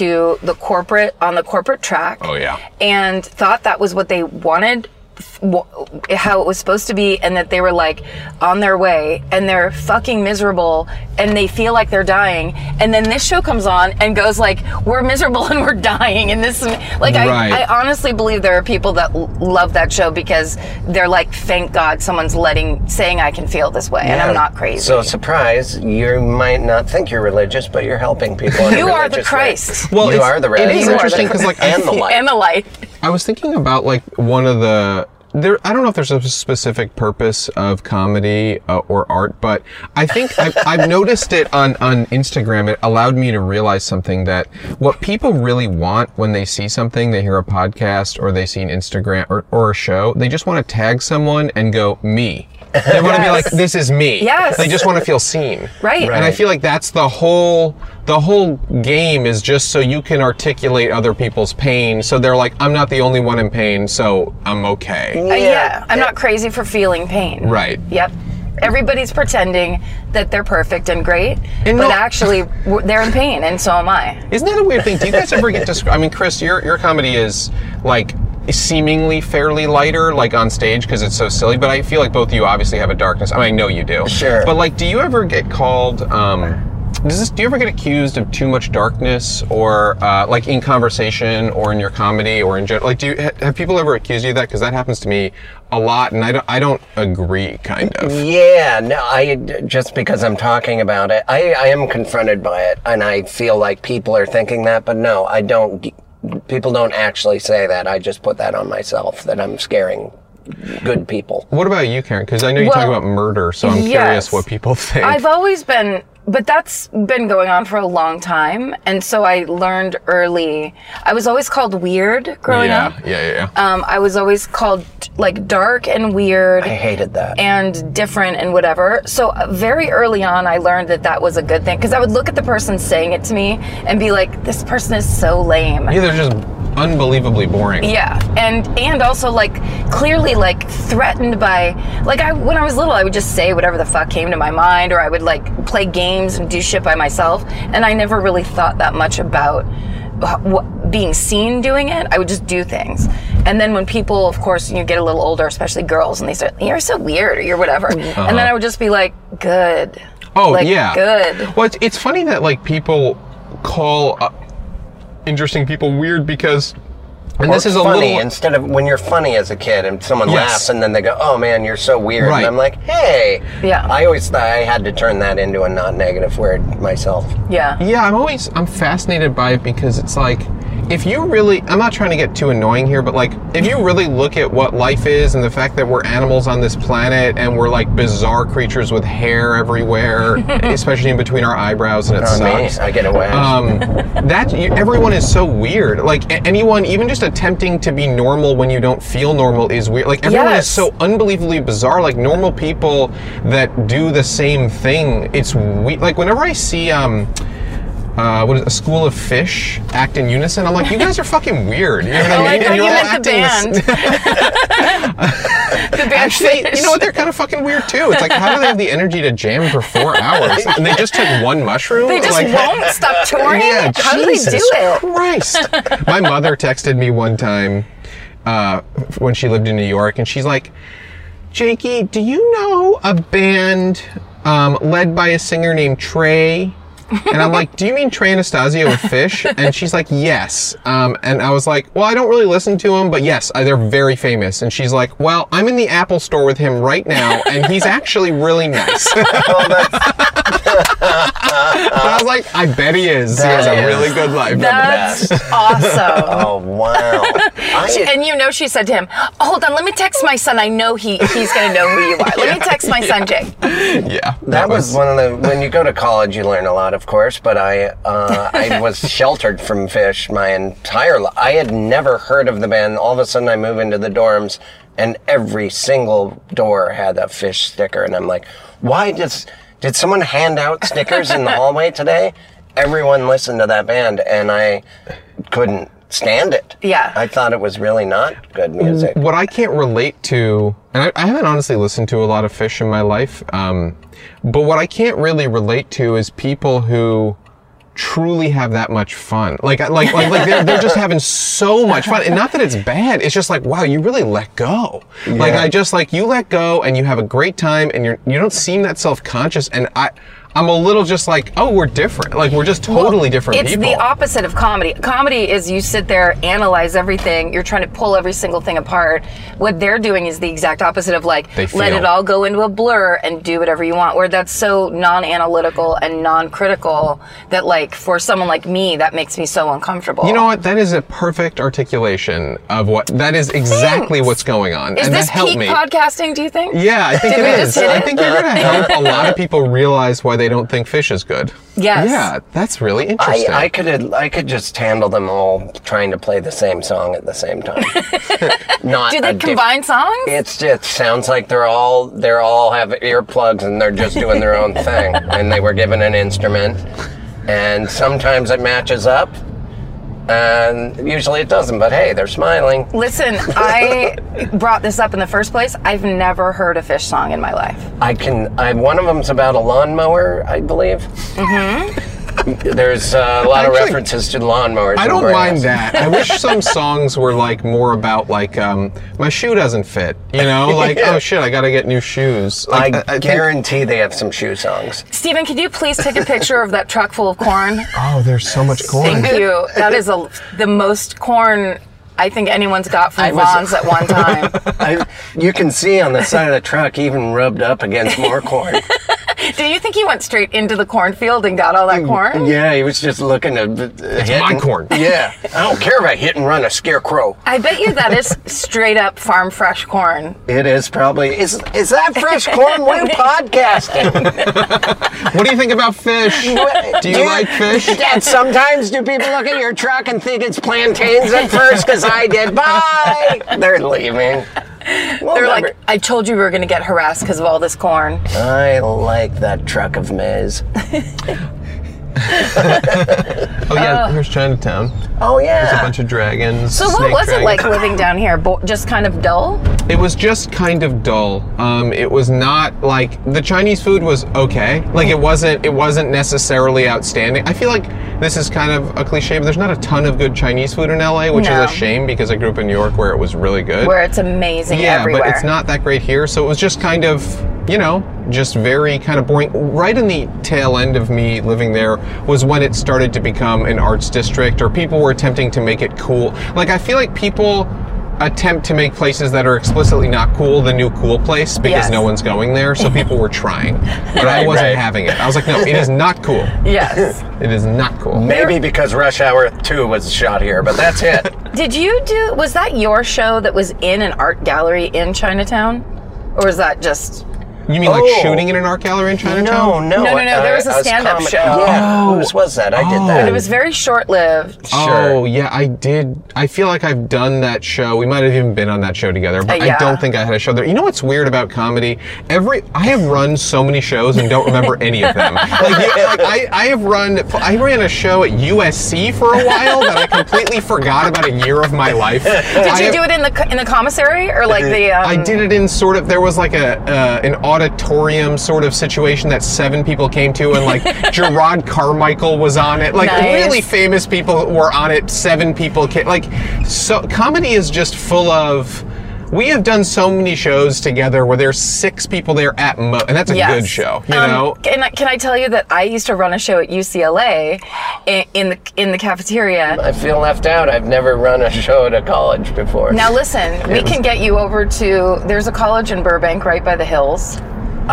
the corporate on the corporate track.
Oh, yeah.
And thought that was what they wanted, f- w- how it was supposed to be, and that they were like on their way, and they're fucking miserable, and they feel like they're dying. And then this show comes on and goes like, "We're miserable and we're dying," and this, like,
Right.
I, I honestly believe there are people that l- love that show because they're like, thank God someone's letting, saying I can feel this way and I'm not crazy.
So surprise, you might not think you're religious, but you're helping people. in a
you are
religious
the
way.
Christ
Well,
you
it's-
are the
it
right.
is
You are
interesting
the
because like I
and the
feel-
light.
and the light.
I was thinking about like one of the there. I don't know if there's a specific purpose of comedy uh, or art, but I think I've, I've noticed it on on Instagram. It allowed me to realize something that what people really want when they see something, they hear a podcast or they see an Instagram or, or a show, they just want to tag someone and go me. They want to be like, "This is me."
Yes.
They just want to feel seen.
Right.
And I feel like that's the whole the whole game is just so you can articulate other people's pain. So they're like, I'm not the only one in pain, so I'm okay.
Uh, Yeah. I'm not crazy for feeling pain.
Right.
Yep. Everybody's pretending that they're perfect and great,
And
but
no-
actually w- they're in pain, and so am I.
Isn't that a weird thing? Do you guys ever get to? I mean, Chris, your your comedy is like seemingly fairly lighter, like on stage, because it's so silly. But I feel like both of you obviously have a darkness. I mean, I know you do.
Sure.
But like, do you ever get called? Um, does this, do you ever get accused of too much darkness, or uh, like in conversation, or in your comedy, or in general? Like, do you ha- have people ever accused you of that? Because that happens to me a lot, and I don't I don't agree. Kind
Mm.
of.
Yeah, no, I just because I'm talking about it, I, I am confronted by it, and I feel like people are thinking that, but no, I don't. People don't actually say that. I just put that on myself that I'm scaring good people.
What about you, Karen? Because I know you talk
Well,
about murder, so I'm
yes.
curious what people think.
I've always been, but that's been going on for a long time, and so I learned early. I was always called weird growing
yeah,
up.
yeah, yeah, yeah.
Um, I was always called like dark and weird.
I hated that.
and different and whatever. So uh, very early on, I learned that that was a good thing because I would look at the person saying it to me and be like, "This person is so lame."
Yeah, they're just unbelievably boring.
Yeah, and and also like clearly like threatened by like I when I was little I would just say whatever the fuck came to my mind or I would like play games and do shit by myself and I never really thought that much about wh- what, being seen doing it. I would just do things. And then when people, of course, you get a little older, especially girls, and they start, "You're so weird," or "You're whatever," and then I would just be like, "Good."
Oh
Like,
yeah.
good.
Well, it's, it's funny that like people call uh, interesting people weird because, and this
Or
is a
funny
little
instead of when you're funny as a kid and someone
Yes.
laughs and then they go, "Oh man, you're so weird,"
Right.
and I'm like, "Hey."
Yeah.
I always thought I had to turn that into a not negative word myself.
Yeah.
Yeah, I'm always I'm fascinated by it because it's like if you really I'm not trying to get too annoying here, but like if you really look at what life is and the fact that we're animals on this planet and we're like bizarre creatures with hair everywhere, especially in between our eyebrows and it
On me,
sucks.
Oh, I get away.
Um, that you, everyone is so weird. Like a- anyone, even just attempting to be normal when you don't feel normal is weird. Like everyone
Yes.
is so unbelievably bizarre. Like normal people that do the same thing, it's we- like whenever I see um, uh, what is it, a school of fish act in unison, I'm like, you guys are fucking weird. You know what
Oh,
I mean?
I thought
And
you
you're all
meant the
acting s-
band. the band.
Actually,
fish.
you know what? They're kind of fucking weird too. It's like, how do they have the energy to jam for four hours? And they just took one mushroom.
They just
like,
won't stop touring.
Yeah,
How
Jesus
do they do it?
Christ. My mother texted me one time uh, when she lived in New York, and she's like, Jakey, do you know a band um, led by a singer named Trey? And I'm like, do you mean Trey Anastasio of Fish? And she's like, yes. Um, and I was like, well, I don't really listen to him, but yes, uh, they're very famous. And she's like, well, I'm in the Apple store with him right now, and he's actually really nice.
Well, that's-
And I was like, I bet he is. He has
That
a
is-
really good life.
That's awesome.
oh wow. I,
And you know, she said to him, "Hold on, let me text my son. I know he he's gonna know who you are. Let me text my son, Jake."
Yeah.
That was one of the when you go to college you learn a lot of course but I uh, I was sheltered from fish my entire life I had never heard of the band all of a sudden I move into the dorms and every single door had a fish sticker and I'm like why does did someone hand out stickers in the hallway today everyone listened to that band and I couldn't stand it
Yeah.
I thought it was really not good music
what I can't relate to, and I, I haven't honestly listened to a lot of fish in my life, um, but what I can't really relate to is people who truly have that much fun. Like, I- like, like, like they're, they're just having so much fun. And not that it's bad. It's just like, wow, you really let go. Like, I just like, you let go and you have a great time and you're, you don't seem that self-conscious. And I, I'm a little just like, oh, we're different. Like, we're just totally different
it's
people.
the opposite of comedy. Comedy is you sit there, analyze everything. You're trying to pull every single thing apart. What they're doing is the exact opposite of like
They
let
feel.
it all go into a blur and do whatever you want. Where that's so non-analytical and non-critical that like for someone like me, that makes me so uncomfortable.
You know what? That is a perfect articulation of what. That is exactly
Thanks.
what's going on,
Is
and
this
that helped
peak
me.
podcasting? Do you think?
yeah, I think
Did
it
we
is.
just hit
I
it?
think you're going to help a lot of people realize why they don't think fish is good.
Yes.
Yeah, that's really
I,
interesting.
I could I could just handle them all trying to play the same song at the same time. Not
Do they
a diff-
combine songs?
It's it sounds like they're all they're all have earplugs and they're just doing their own thing. And they were given an instrument, and sometimes it matches up, and usually it doesn't. But hey, they're smiling.
Listen, I brought this up in the first place. I've never heard a fish song in my life.
I can. I one of them's about a lawnmower, I believe. Mm-hmm.
Mm-hmm.
There's uh, a lot of
Actually,
references to lawnmowers.
I
and
don't
grass.
mind that. I wish some songs were like more about like um, my shoe doesn't fit. You know, like oh shit, I got to get new shoes. Like, uh,
I,
think-
guarantee they have some shoe songs.
Stephen, could you please take a picture of that truck full of corn?
oh, there's so much corn.
Thank you. That is a, the most corn I think anyone's got from
I was-
Vons at one time.
I, you can see on the side of the truck, even rubbed up against more corn.
Do you think he went straight into the cornfield and got all
Mm,
that corn?
Yeah, he was just looking to. It's
my corn.
Yeah, I don't care about hit and run a scarecrow.
I bet you that is straight up farm fresh corn.
It is probably is is that fresh corn when podcasting?
uh, What do you think about fish? Do you like fish?
Dad, sometimes do people look at your truck and think it's plantains at first? Because I did. Bye. They're leaving. We'll
They're
never-
like, I told you we were going to get harassed because of all this corn.
I like that truck of maize.
Oh yeah, here's Chinatown.
Oh yeah.
There's a bunch of dragons.
Uh, So what
snake
was it
dragons.
like living down here? Bo- just kind of dull?
It was just kind of dull. Um, it was not like the Chinese food was okay. Like it wasn't. It wasn't necessarily outstanding. I feel like this is kind of a cliche, but there's not a ton of good Chinese food in LA, which
No.
is a shame because I grew up in New York where it was really good.
Where it's amazing
yeah,
everywhere.
but it's not that great here. So it was just kind of, you know, just very kind of boring. Right in the tail end of me living there was when it started to become an arts district, or people were attempting to make it cool. Like I feel like people attempt to make places that are explicitly not cool the new cool place because
Yes.
no one's going there. So people were trying, but I wasn't having it. I was like, no, it is not cool.
Yes.
It is not cool.
Maybe because Rush Hour 2 was shot here, but that's it.
Did you do? Was that your show that was in an art gallery in Chinatown, or was that just?
You mean like
Oh.
shooting in an art gallery in
no,
Chinatown? Oh.
no.
No, no, no, there was a
a
stand-up show.
Yeah, whose was that? I did that.
It was very short-lived.
Sure.
Oh yeah, I did. I feel like I've done that show. We might have even been on that show together, but
Uh, yeah.
I don't think I had a show there. You know what's weird about comedy? Every I have run so many shows and don't remember any of them. Like, you- like, I, I have run. I ran a show at USC for a while that I completely forgot about a year of my life.
Did you do it in the co- in the commissary or like the? Um,
I did it in sort of there was like a uh, an auditorium sort of situation that seven people came to and like Gerard Carmichael was on it like
Nice.
really famous people were on it seven people came like so comedy is just full of we have done so many shows together where there's six people there at mo and that's a
Yes.
good show you
Um,
know
Can I, can I tell you that I used to run a show at UCLA in, in the in the cafeteria.
I feel left out. I've never run a show at a college before.
Now listen, we can get you over to. There's a college in Burbank right by the hills.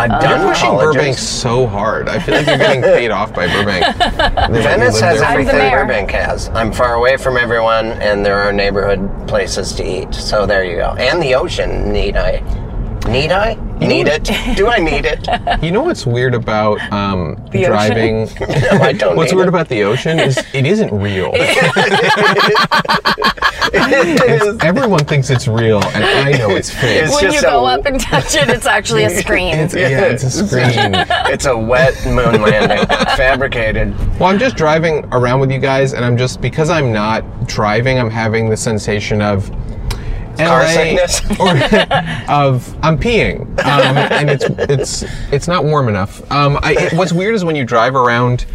I've done
You're pushing
colleges.
Burbank so hard. I feel like you're getting paid off by Burbank.
Venice has
I'm the
everything
mayor.
Burbank has. I'm far away from everyone, and there are neighborhood places to eat. So there you go. And the ocean, need I? Need I? Need it? Do I need it? No,
You know what's weird about um,
The ocean?
driving?
I don't
What's
need
weird
it.
about the ocean is it isn't real.
it is.
Everyone thinks it's real, and I know it's fake.
It's
when
just
you go
a-
up and touch it, it's actually a screen.
It's- yeah, it's a screen.
It's a wet moon landing. fabricated.
Well, I'm just driving around with you guys, and I'm just because I'm not driving, I'm having the sensation of
Car
LA
sickness?
or of I'm peeing, um, and it's it's it's not warm enough. Um, I, it- what's weird is when you drive around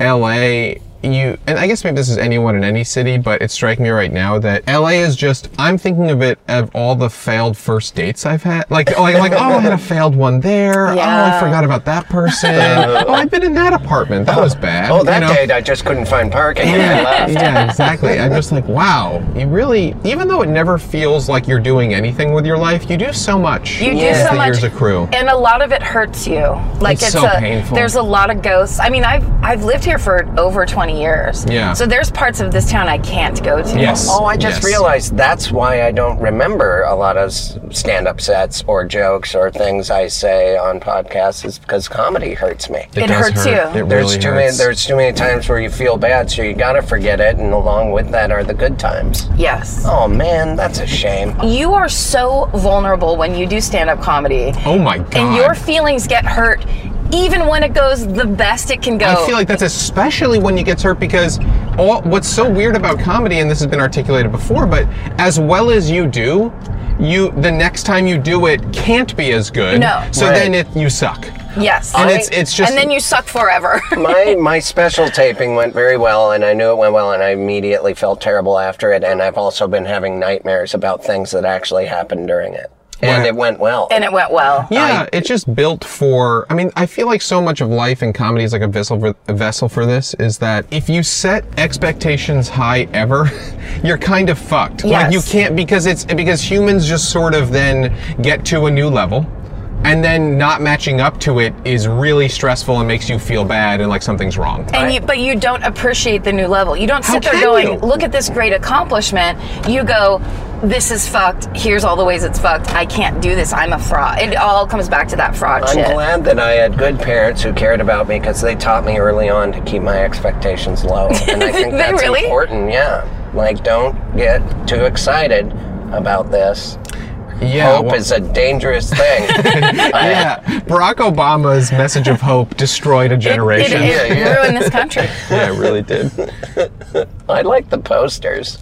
LA. You and I guess maybe this is anyone in any city, but it's striking me right now that LA is just. I'm thinking of it of all the failed first dates I've had. Like, like, like oh, I had a failed one there. Oh,
Yeah.
I forgot about that person. oh, I've been in that apartment. That was bad.
Uh, Oh,
you
that
know?
date I just couldn't find parking. I
Yeah,
left.
yeah, exactly. I'm just like, wow, you really, even though it never feels like you're doing anything with your life, you do so much.
You do
as
so
the
much.
years accrue.
And a lot of it hurts you. Like it's,
It's so
a,
painful.
There's a lot of ghosts. I mean, I've I've lived here for over 20 years.
Yeah.
So there's parts of this town I can't go to.
yes.
Oh, I just
yes.
realized that's why I don't remember a lot of s- stand-up sets or jokes or things I say on podcasts is because comedy hurts me.
It
does
hurts
hurt.
you.
It
There's
really
too many.
hurts.
There's too many times where you feel bad, so you gotta forget it, and along with that are the good times.
Yes.
Oh man, that's a shame.
You are so vulnerable when you do stand-up comedy.
oh my god.
and your feelings get hurt even when it goes the best it can go.
I feel like that's especially when you get hurt because all what's so weird about comedy, and this has been articulated before, but as well as you do, you the next time you do it can't be as good.
No.
So
Right.
then it you suck.
yes.
And it's it's just
and then you suck forever.
my my special taping went very well, and I knew it went well, and I immediately felt terrible after it, and I've also been having nightmares about things that actually happened during it, and
Wow.
it went well.
and it went well.
Yeah, it's just built for. I mean, I feel like so much of life and comedy is like a vessel for a vessel for this. Is that if you set expectations high ever, you're kind of fucked. Like you
Yes.
can't because it's because humans just sort of then get to a new level. And then not matching up to it is really stressful and makes you feel bad and like something's wrong.
And you, but you don't appreciate the new level. You don't sit there
can
going,
you?
"Look at this great accomplishment." You go, "This is fucked. Here's all the ways it's fucked. I can't do this. I'm a fraud." It all comes back to that fraud
I'm
shit.
glad that I had good parents who cared about me because they taught me early on to keep my expectations low. And I think
They
that's
really?
important, yeah. Like, don't get too excited about this.
I Yeah,
hope
well-
is a dangerous thing.
Yeah, Barack Obama's message of hope destroyed a
It,
generation.
it ruined this country.
yeah, it really did.
I like the posters.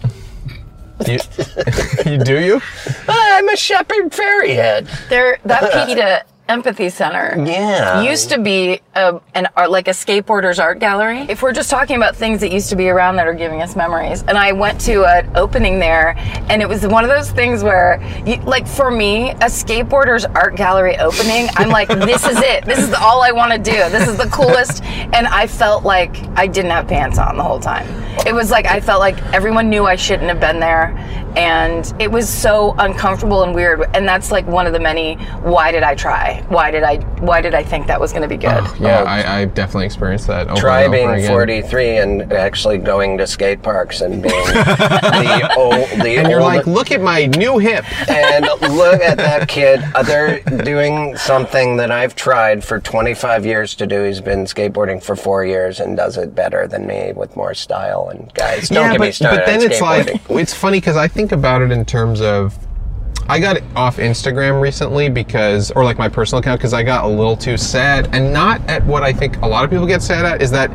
You, you do you?
I'm a Shepherd Fairy head.
There, that PETA empathy center
Yeah.
used to be a, an art, like a skateboarders art gallery. If we're just talking about things that used to be around that are giving us memories, and I went to an opening there, and it was one of those things where, you, like for me, a skateboarders art gallery opening, I'm like, this is it. This is all I want to do. This is the coolest, and I felt like I didn't have pants on the whole time. It was like I felt like everyone knew I shouldn't have been there, and it was so uncomfortable and weird. And that's like one of the many. Why did I try? Why did I? Why did I think that was going to be good?
Yeah.
Oh, I, I definitely experienced that. Over
Try
and over
being
again.
43 and actually going to skate parks and being the old, the
and you're
old-
like, look at my new hip.
and look at that kid. Uh, They're doing something that I've tried for 25 years to do. He's been skateboarding for four years and does it better than me with more style. And guys, don't get me started.
but then
on
it's like
skateboarding.
it's funny because I think about it in terms of I got off Instagram recently because, or like my personal account, because I got a little too sad, and not at what I think a lot of people get sad at is that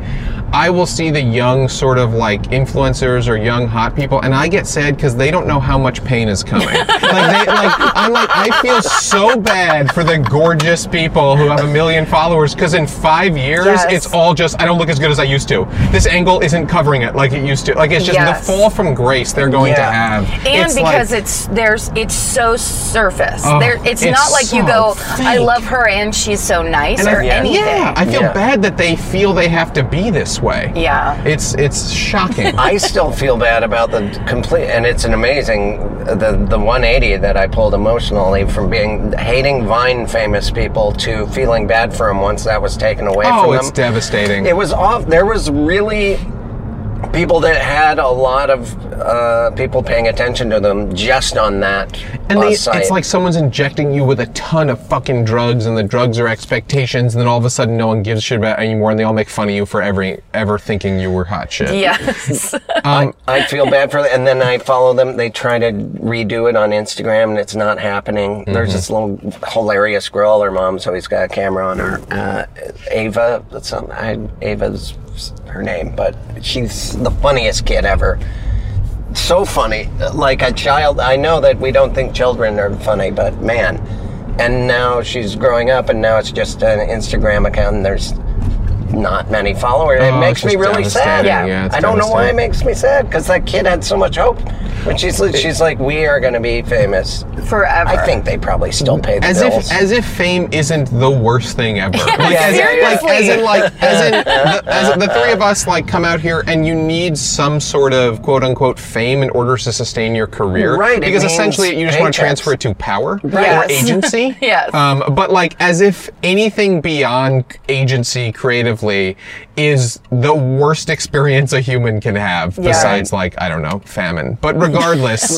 I will see the young sort of like influencers or young hot people, and I get sad because they don't know how much pain is coming. like they, like I'm like I feel so bad for the gorgeous people who have a million followers because in five years
Yes.
it's all just I don't look as good as I used to. This angle isn't covering it like it used to. Like it's just
Yes.
the fall from grace they're going
Yeah.
to have.
and
It's like-
because it's there's it's so surface.
Oh,
there, it's,
it's
not like you
so
go, I
fake.
love her and she's so nice
And I-
or
yeah.
anything.
Yeah, I feel
Yeah.
bad that they feel they have to be this way.
Yeah.
It's it's shocking.
I still feel bad about the complete, and it's an amazing the the 180 that I pulled emotionally from being hating Vine famous people to feeling bad for them once that was taken away from
oh,
them.
it's devastating.
It was off. There was really people that had a lot of uh, people paying attention to them just on that.
and
uh,
they,
site.
it's like someone's injecting you with a ton of fucking drugs, and the drugs are expectations, and then all of a sudden, no one gives a shit about it anymore, and they all make fun of you for every ever thinking you were hot shit.
Yes.
I feel bad for them, and then I follow them. They try to redo it on Instagram, and it's not happening.
Mm-hmm.
There's this little hilarious girl. Her mom's always got a camera on her. Uh, Ava, that's some, I, Ava's her name, but she's the funniest kid ever. So funny, like a child. I know that we don't think children are funny, but man. And now she's growing up, and now it's just an Instagram account, and there's not many followers. It
Oh,
makes
it's
me
just
really sad.
devastating. Yeah, it's
I don't know why it
devastating.
makes me sad because that kid had so much hope. When she's li- she's like, we are going to be famous.
Forever.
I think they probably still pay the
As
bills.
if, as if fame isn't the worst thing ever. Like, as,
seriously.
like, as in, like, as in, the, as the three of us, like, come out here and you need some sort of quote unquote fame in order to sustain your career.
Right, it
Because
means
essentially, you just want
paychecks.
to transfer it to power
Yes.
or agency.
Yes.
Um, but like, as if anything beyond agency creatively is the worst experience a human can have. Besides, like, I don't know, famine. But regardless,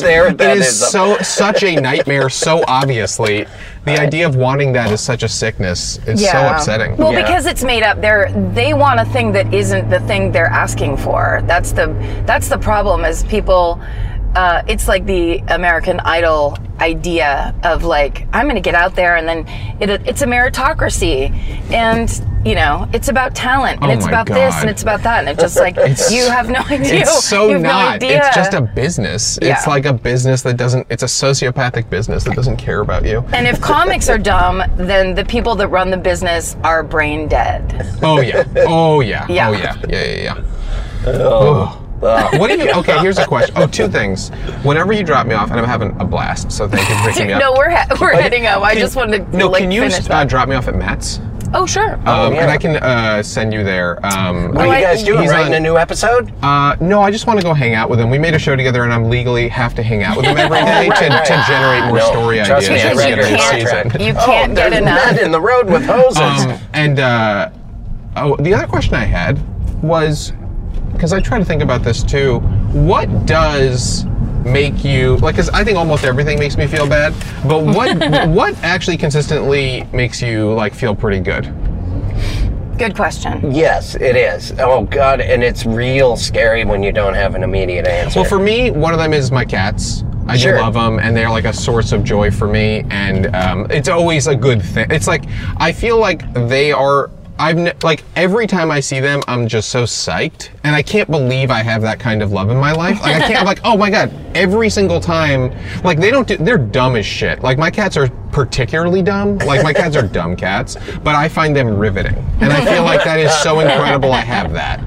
There, that
it is,
is a-
so Oh, such a nightmare. So obviously, the idea of wanting that is such a sickness. It's so upsetting.
Well,
Yeah.
because it's made up. They're they want a thing that isn't the thing they're asking for. That's the that's the problem. Is people. Uh, it's like the American Idol idea of like I'm going to get out there and then it, it's a meritocracy and you know it's about talent and
Oh
it's
my
about this
God.
and it's about that and it's just like you have no idea.
It's so
you have
not.
No idea.
It's just a business. It's
Yeah.
like a business that doesn't. It's a sociopathic business that doesn't care about you.
and if comics are dumb, then the people that run the business are brain dead.
Oh yeah. Oh yeah.
Yeah.
Oh yeah. Yeah yeah yeah. Oh. What do you? Okay, here's a question. Oh, two things. Whenever you drop me off, and I'm having a blast, so thank you for picking me up.
No, we're he- we're
But
heading home. I
can-
just wanted to
No,
like
can you
finish
uh,
that.
drop me off at Matt's?
oh, sure.
Um,
yeah.
And I can uh, send you there. Um,
what are
I-
you guys doing?
he's
Writing
on-
a new episode?
uh, no, I just want to go hang out with him. We made a show together, and I'm legally have to hang out with him every day to,
right.
to generate more
No,
story
trust me,
ideas.
I
as we
read
get
your
into the
contract.
season.
you can't get
Oh, there's
enough.
men in the road with hoses.
Um, and uh, oh, the other question I had was because I try to think about this too. What does make you like? Because I think almost everything makes me feel bad, but what what actually consistently makes you like feel pretty good?
Good question.
yes, it is. Oh God, and it's real scary when you don't have an immediate answer.
Well, for me, one of them is my cats. I
Sure.
love them, and they're like a source of joy for me. And um, it's always a good thing. It's like I feel like they are. I'm ne- like every time I see them, I'm just so psyched, and I can't believe I have that kind of love in my life. Like I can't. I'm like, oh my god! Every single time, like they don't do. They're dumb as shit. Like my cats are particularly dumb. Like my cats are dumb cats, but I find them riveting, and I feel like that is so incredible. I have that.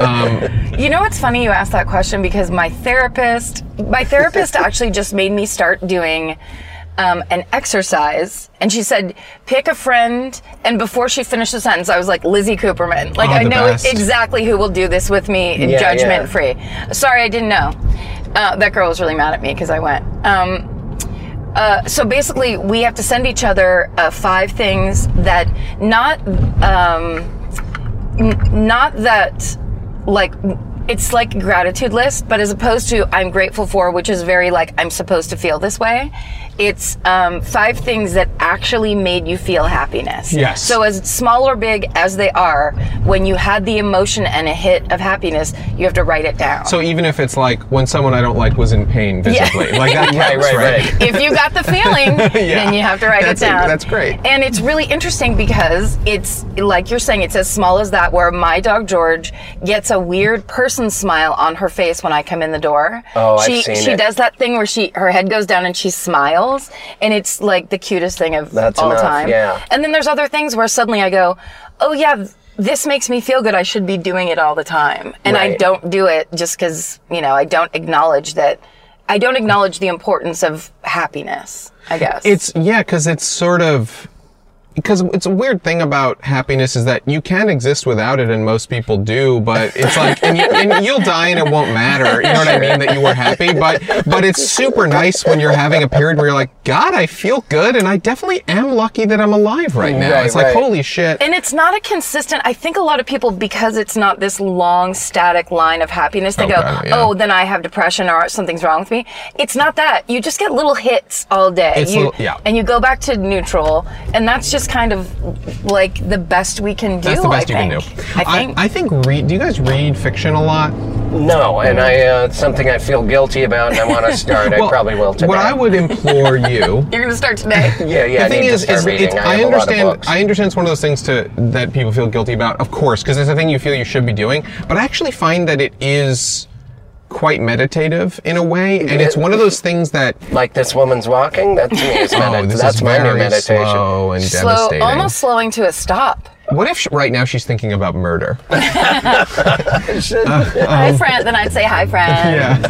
Um,
You know what's funny? You asked that question because my therapist, my therapist actually just made me start doing um, an exercise, and she said, "Pick a friend." And before she finished the sentence, I was like, "Lizzie Cooperman." Like
Oh,
I
the
know
best.
exactly who will do this with me,
Yeah, yeah.
judgment free. Sorry, I didn't know. Uh, that girl was really mad at me because I went. Um, uh, so basically, we have to send each other uh, five things that not um, n- not that like it's like a gratitude list, but as opposed to I'm grateful for, which is very like I'm supposed to feel this way. It's um, five things that actually made you feel happiness.
Yes.
So as small or big as they are, when you had the emotion and a hit of happiness, you have to write it down.
So even if it's like when someone I don't like was in pain visibly, like that
Right,
counts,
right,
right?
right.
if you got the feeling, then you have to write
That's-
it down.
that's great.
And it's really interesting because it's like you're saying, it's as small as that. Where my dog George gets a weird person smile on her face when I come in the door.
Oh, I've
she,
seen
She
it.
does that thing where she her head goes down and she smiles, and it's like the cutest thing of
That's
all
enough,
time.
yeah.
And then there's other things where suddenly I go, oh yeah. th- This makes me feel good. I should be doing it all the time. And I
Right.
don't do it just because, you know, I don't acknowledge that, I don't acknowledge the importance of happiness, I guess.
It's yeah, because it's sort of because it's a weird thing about happiness is that you can exist without it, and most people do. But it's like, and, you, and you'll die, and it won't matter. You know what I mean? That you were happy, but but it's super nice when you're having a period where you're like, God, I feel good, and I definitely am lucky that I'm alive right now.
Right,
it's
right.
like, holy shit.
and it's not a consistent, I think a lot of people, because it's not this long, static line of happiness, they
Oh,
go,
God, yeah.
oh, then I have depression or something's wrong with me. It's not that. You just get little hits all day.
It's
you,
little- yeah.
And you go back to neutral. And that's just kind of like the best we can do.
That's the best
I
you can do.
think. I think.
I, think read. Do you guys read fiction a lot?
No, and I uh, it's something I feel guilty about, and I want to start. I probably will today.
What I would implore you
You're going to start today.
Yeah, yeah. I
the thing
need to
is,
start
is
reading.
it's,
I,
I,
have A lot of
understand.
books.
I understand it's one of those things to that people feel guilty about, of course, because it's a thing you feel you should be doing. But I actually find that it is quite meditative in a way, and it's one of those things that
like this woman's walking. That to me is
oh,
medi-
this
That's
is
my new
very
meditation.
slow and
Slow,
devastating.
almost slowing to a stop.
What if sh right now she's thinking about murder?
hi, friend. Then I'd say hi, friend.
Oh.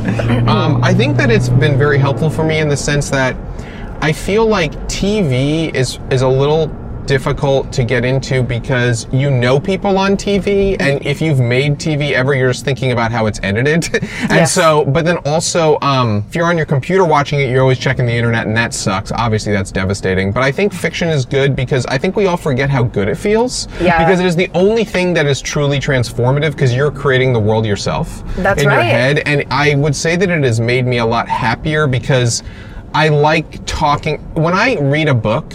yeah. um, I think that it's been very helpful for me in the sense that I feel like TV is is a little difficult to get into because you know people on TV and if you've made TV ever you're just thinking about how it's edited and
Yes.
so but then also um, if you're on your computer watching it you're always checking the internet and that sucks obviously that's devastating but I think fiction is good because I think we all forget how good it feels
Yeah.
because it is the only thing that is truly transformative because you're creating the world yourself
That's
in your
right.
head. And I would say that it has made me a lot happier because I like talking. When I read a book,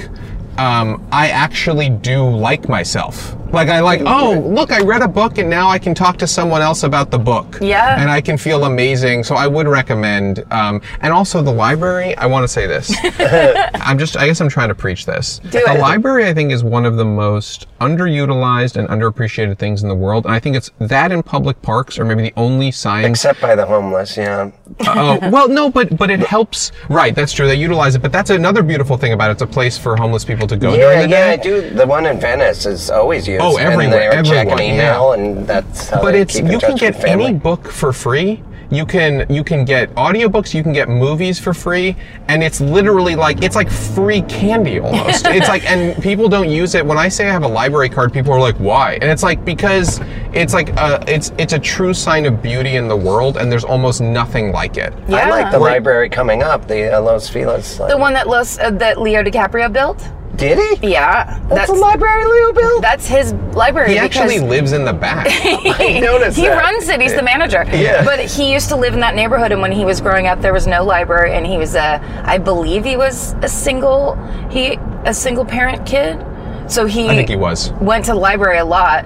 um, I actually do like myself. Like I like, oh, look, I read a book and now I can talk to someone else about the book.
Yeah.
And I can feel amazing. So I would recommend. Um, and also the library, I want to say this. I'm just, I guess I'm trying to preach this. the
it.
library, I think, is one of the most underutilized and underappreciated things in the world. And I think it's that in public parks are maybe the only signs
Except by the homeless, yeah.
oh well no but but it helps right that's true they utilize it but that's another beautiful thing about it it's a place for homeless people to go during
Yeah,
the
yeah, I
day
do. The one in Venice is always used.
Oh,
And they
everywhere,
are checking
everyone,
email, and that's how
but
they
it's
keep in
you can
touch with
get any
family.
book for free you can you can get audiobooks you can get movies for free and it's literally like it's like free candy almost it's like and people don't use it when i say i have a library card people are like why and it's like because it's like a, it's it's a true sign of beauty in the world and there's almost nothing like it
I like the
Right.
library coming up, the uh, Los Feliz.
The one that Los, uh, that Leo DiCaprio built.
Did he?
Yeah,
That's, a library Leo built.
That's his library.
he actually
because
lives in the back
he,
noticed
he
that.
runs it. He's the manager.
Yeah.
But he used to live in that neighborhood, and when he was growing up, there was no library, and he was a, I believe he was a single, he a single parent kid. So he,
i think he was
went to the library a lot,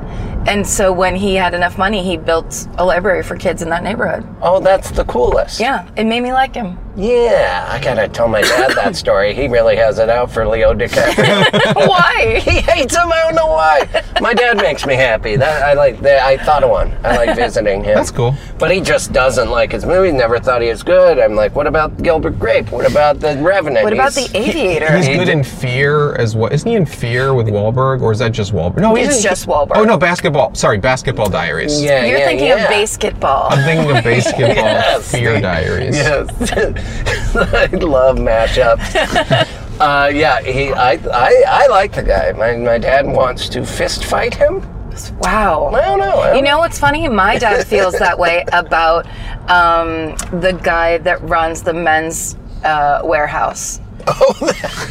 And so when he had enough money, he built a library for kids in that neighborhood.
Oh, that's the coolest.
Yeah, it made me like him.
Yeah, I gotta tell my dad that story. He really has it out for Leo DiCaprio.
Why?
he hates him. I don't know why. My dad makes me happy. That I like. That I thought of one. I like visiting him.
That's cool.
But he just doesn't like his movies. Never thought he was good. I'm like, what about Gilbert Grape? What about The Revenant?
What about
He's-
the aviator?
He's good in Fear as well. Isn't he in Fear with Wahlberg, or is that just Wahlberg? No, he's
It's
in-
just Wahlberg.
Oh no, Basketball. Sorry, Basketball Diaries.
Yeah,
You're
yeah,
thinking
yeah.
of basketball.
I'm thinking of Basketball
Yes.
Fear Diaries.
Yes, I love mashups. uh, yeah, he. I, I. I like the guy. My, my dad wants to fist fight him.
Wow.
I don't know. I
You
don't-
know what's funny? My dad feels that way about um, the guy that runs the men's uh, warehouse.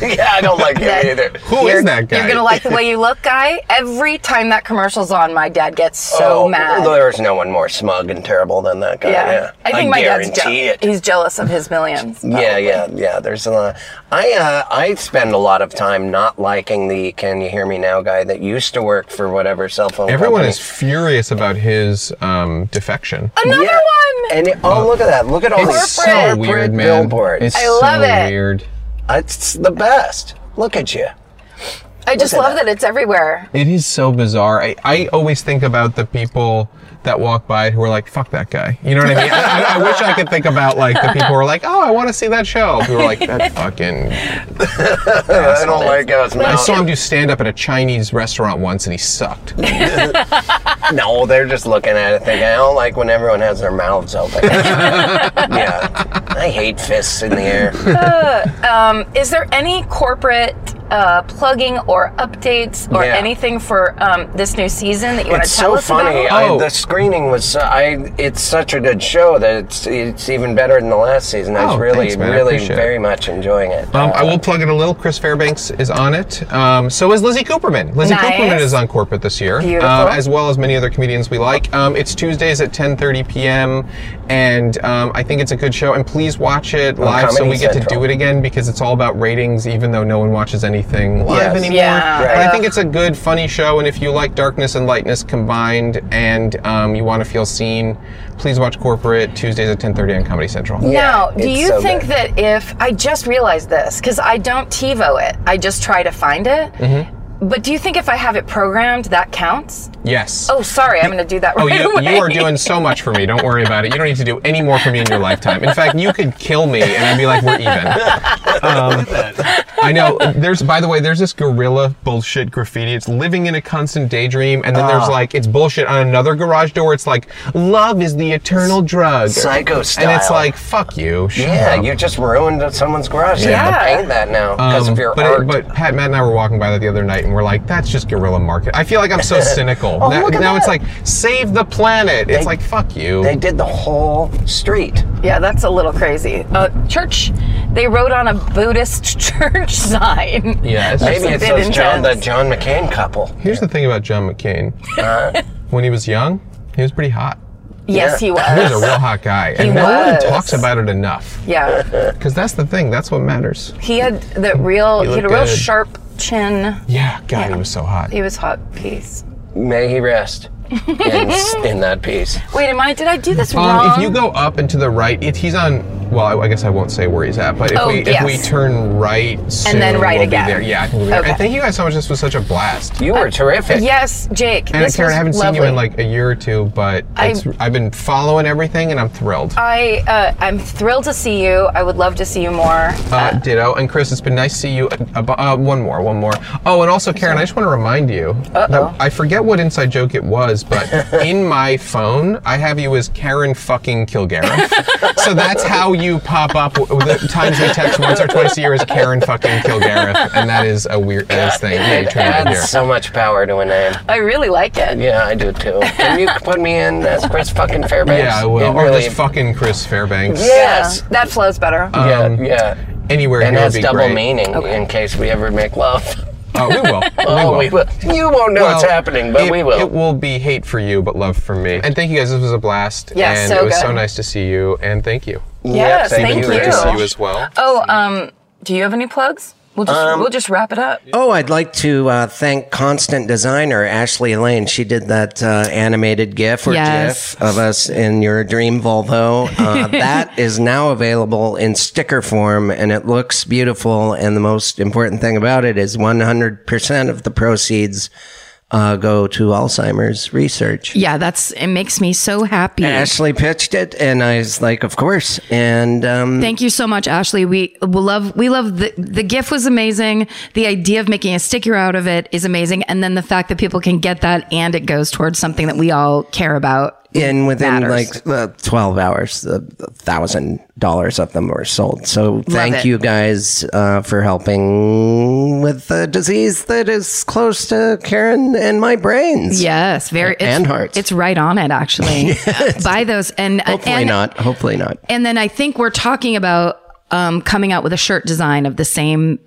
yeah, I don't like him either.
Who is that guy?
You're gonna like the way you look, guy. Every time that commercial's on, my dad gets so
Oh,
mad.
There's no one more smug and terrible than that guy. Yeah,
I think my dad's
guarantee
jealous.
it.
He's jealous of his millions.
Yeah, yeah, yeah. There's a lot. I uh, I spend a lot of time not liking the "Can you hear me now?" guy that used to work for whatever cell phone.
Everyone
company.
is furious about his um, defection.
Another
Yeah.
one.
And it, oh, look at that! Look at all
It's
these
so
corporate
weird, man.
billboards.
It's
It's,
I love
so
it.
weird.
the best. Look at you.
I just
look at
love that. it's everywhere.
It is so bizarre. I, I always think about the people that walk by who are like, fuck that guy. You know what I mean? I, I, I wish I could think about like the people who are like, oh, I want to see that show. Who are like, that fucking.
I don't like how it's
I
mounted.
saw him do stand up at a Chinese restaurant once and he sucked.
No, they're just looking at it thinking, I don't like when everyone has their mouths open. yeah. I hate fists in the air.
Is there any corporate uh, plugging or updates or
Yeah.
anything for um, this new season that you want to
It's
tell
so
us
funny.
about?
I,
Oh.
the screening was. So, I. It's such a good show that it's it's even better than the last season. I was
Oh,
really,
thanks, man. I
really,
appreciate it.
very much enjoying it.
Um, I will plug it a little. Chris Fairbanks is on it. Um, so is Lizzie Cooperman. Lizzie
Nice.
Cooperman is on corporate this year,
Beautiful.
um, as well as many other comedians we like. Um, it's Tuesdays at 10:30 p.m. and um, I think it's a good show. And please watch it live so
Comedy
we get to
Central.
do it again because it's all about ratings, even though no one watches anything live
Yes.
anymore.
Yeah.
But I think it's a good, funny show. And if you like darkness and lightness combined, and um, you want to feel seen, please watch Corporate Tuesdays at 10:30 on Comedy Central.
Now, do
it's
you
so
think
good.
that if I just realized this because I don't TiVo it, I just try to find it.
Mm-hmm.
But do you think if I have it programmed, that counts?
Yes.
Oh, sorry, I'm going to do that
Oh,
right
you,
away.
you are doing so much for me. Don't worry about it. You don't need to do any more for me in your lifetime. In fact, you could kill me, and I'd be like, we're even. Um, I know. There's, by the way, there's this gorilla bullshit graffiti. It's living in a constant daydream, and then
Ah.
there's like, it's bullshit on another garage door. It's like, love is the eternal drug.
Psycho
And it's
style.
like, fuck you. Shut
Yeah,
up.
you just ruined someone's garage. You have to
Yeah.
paint that now because of your
Um, but,
art.
but Pat, Matt, and I were walking by that the other night, and we're like, "That's just guerrilla market." I feel like I'm so cynical. now
Oh, look at
now it's
that.
like, "Save the planet." It's
They-
like, "Fuck you."
they did the whole street.
Yeah, that's a little crazy. Uh, church, they wrote on a Buddhist church sign.
yeah, it's
Maybe
a
it's
bit
those John, the
intense.
John McCain couple.
Here's the thing about John McCain. when he was young, he was pretty hot.
Yes, he
He was a
was.
real hot guy, and no
was.
one talks about it enough.
yeah,
Because that's the thing. That's what matters.
he had the real. He, had a
looked
real
good.
sharp chin.
Yeah, God, he was so hot.
He was hot piece.
May he rest in, in that peace.
Wait, am I? Did I do this
Um,
wrong?
if you go up and to the right, it, he's on. Well, I, I guess I won't say where he's at, but if
Oh,
we if
yes.
we turn right soon,
then right
we'll be
again.
there. Yeah, I think we'll be there.
Okay.
And thank you guys so much. This was such a blast.
You were terrific.
yes, Jake.
And
this
Karen,
was
I haven't
lovely.
seen you in like a year or two, but
I-
it's, I've been following everything, and I'm thrilled.
I uh, I'm thrilled to see you. I would love to see you more.
Uh, ditto. And Chris, it's been nice to see you. Uh, uh, one more, one more. Oh, and also, Karen, I just want to remind you. Uh I forget what inside joke it was, but in my phone, I have you as Karen fucking Kilgariff. so that's how you pop up. w- The times we text once or twice a year is Karen fucking Kilgariff, and that is a weird ass thing. Yeah, you turned it in here.
Adds so much power to a name.
I really like it.
Yeah, I do too. Can you put me in as Chris fucking Fairbanks?
Yeah, I will.
It
Or
really-
this fucking Chris Fairbanks.
Yes. Uh,
Yeah, that flows better.
Yeah,
Um,
yeah.
Anywhere
And
here would
has
be
double
great.
meaning in case we ever make love.
Oh, we will.
Oh, we will. You won't know it's
Well,
happening, but
it,
we will.
It will be hate for you, but love for me. And thank you guys. This was a blast.
Yeah,
and
so
it was so
good.
nice to see you. And thank you.
yes,
thank
thank
you.
you.
Good to see
as well.
Oh, um, do you have any plugs?
We'll just we'll just wrap it up.
Oh, I'd like to uh, thank constant designer Ashley Lane. She did that uh, animated GIF or
Yes.
GIF of us in your dream Volvo. Uh, that is now available in sticker form, and it looks beautiful. And the most important thing about it is 100% of the proceeds uh, go to Alzheimer's research.
Yeah, that's it makes me so happy.
Ashley pitched it, and I was like, "Of course!" And um,
Thank you so much, Ashley. We we love we love the the gift was amazing. The idea of making a sticker out of it is amazing, and then the fact that people can get that and it goes towards something that we all care about.
and within like
matters.
uh, 12 hours the the thousand dollars of them were sold so thank
it.
you guys uh, for helping with the disease that is close to karen and my brains
Yes, very it's,
And hearts.
It's right on it actually. Buy those and
hopefully
and,
not hopefully not
And then I think we're talking about um, coming out with a shirt design of the same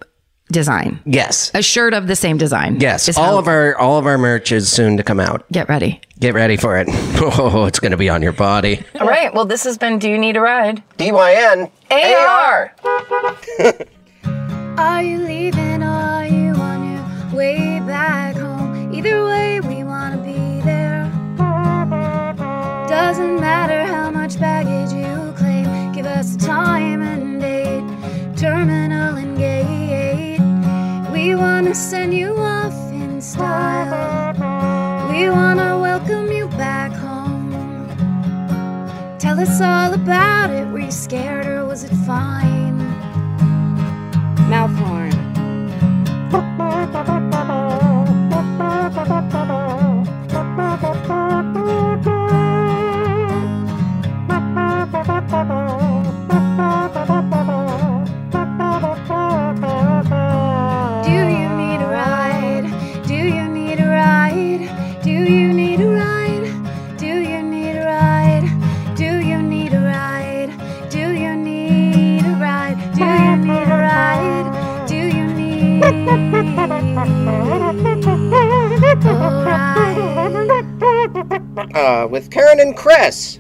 design,
yes
a shirt of the same design.
yes
uh, is
all
how-
of our all of our merch is soon to come out
get ready.
get ready for it oh it's gonna be on your body
All right. Well, this has been Do You Need a Ride?
dyn
AR.
Are you leaving or are you on your way back home? Either way, we want to be there. Doesn't matter how much baggage you claim, give us a time and date, terminal and gate. We want to send you off in style. We want to welcome you back home. Tell us all about it. Were you scared or was it fine? Mouth horn. Do you need a ride? Do you need a ride? Do you need a ride? Do you need a ride? Do you need a ride? Do you need a ride? Do you need a ride? Do you need a ride?
with uh, karen and chris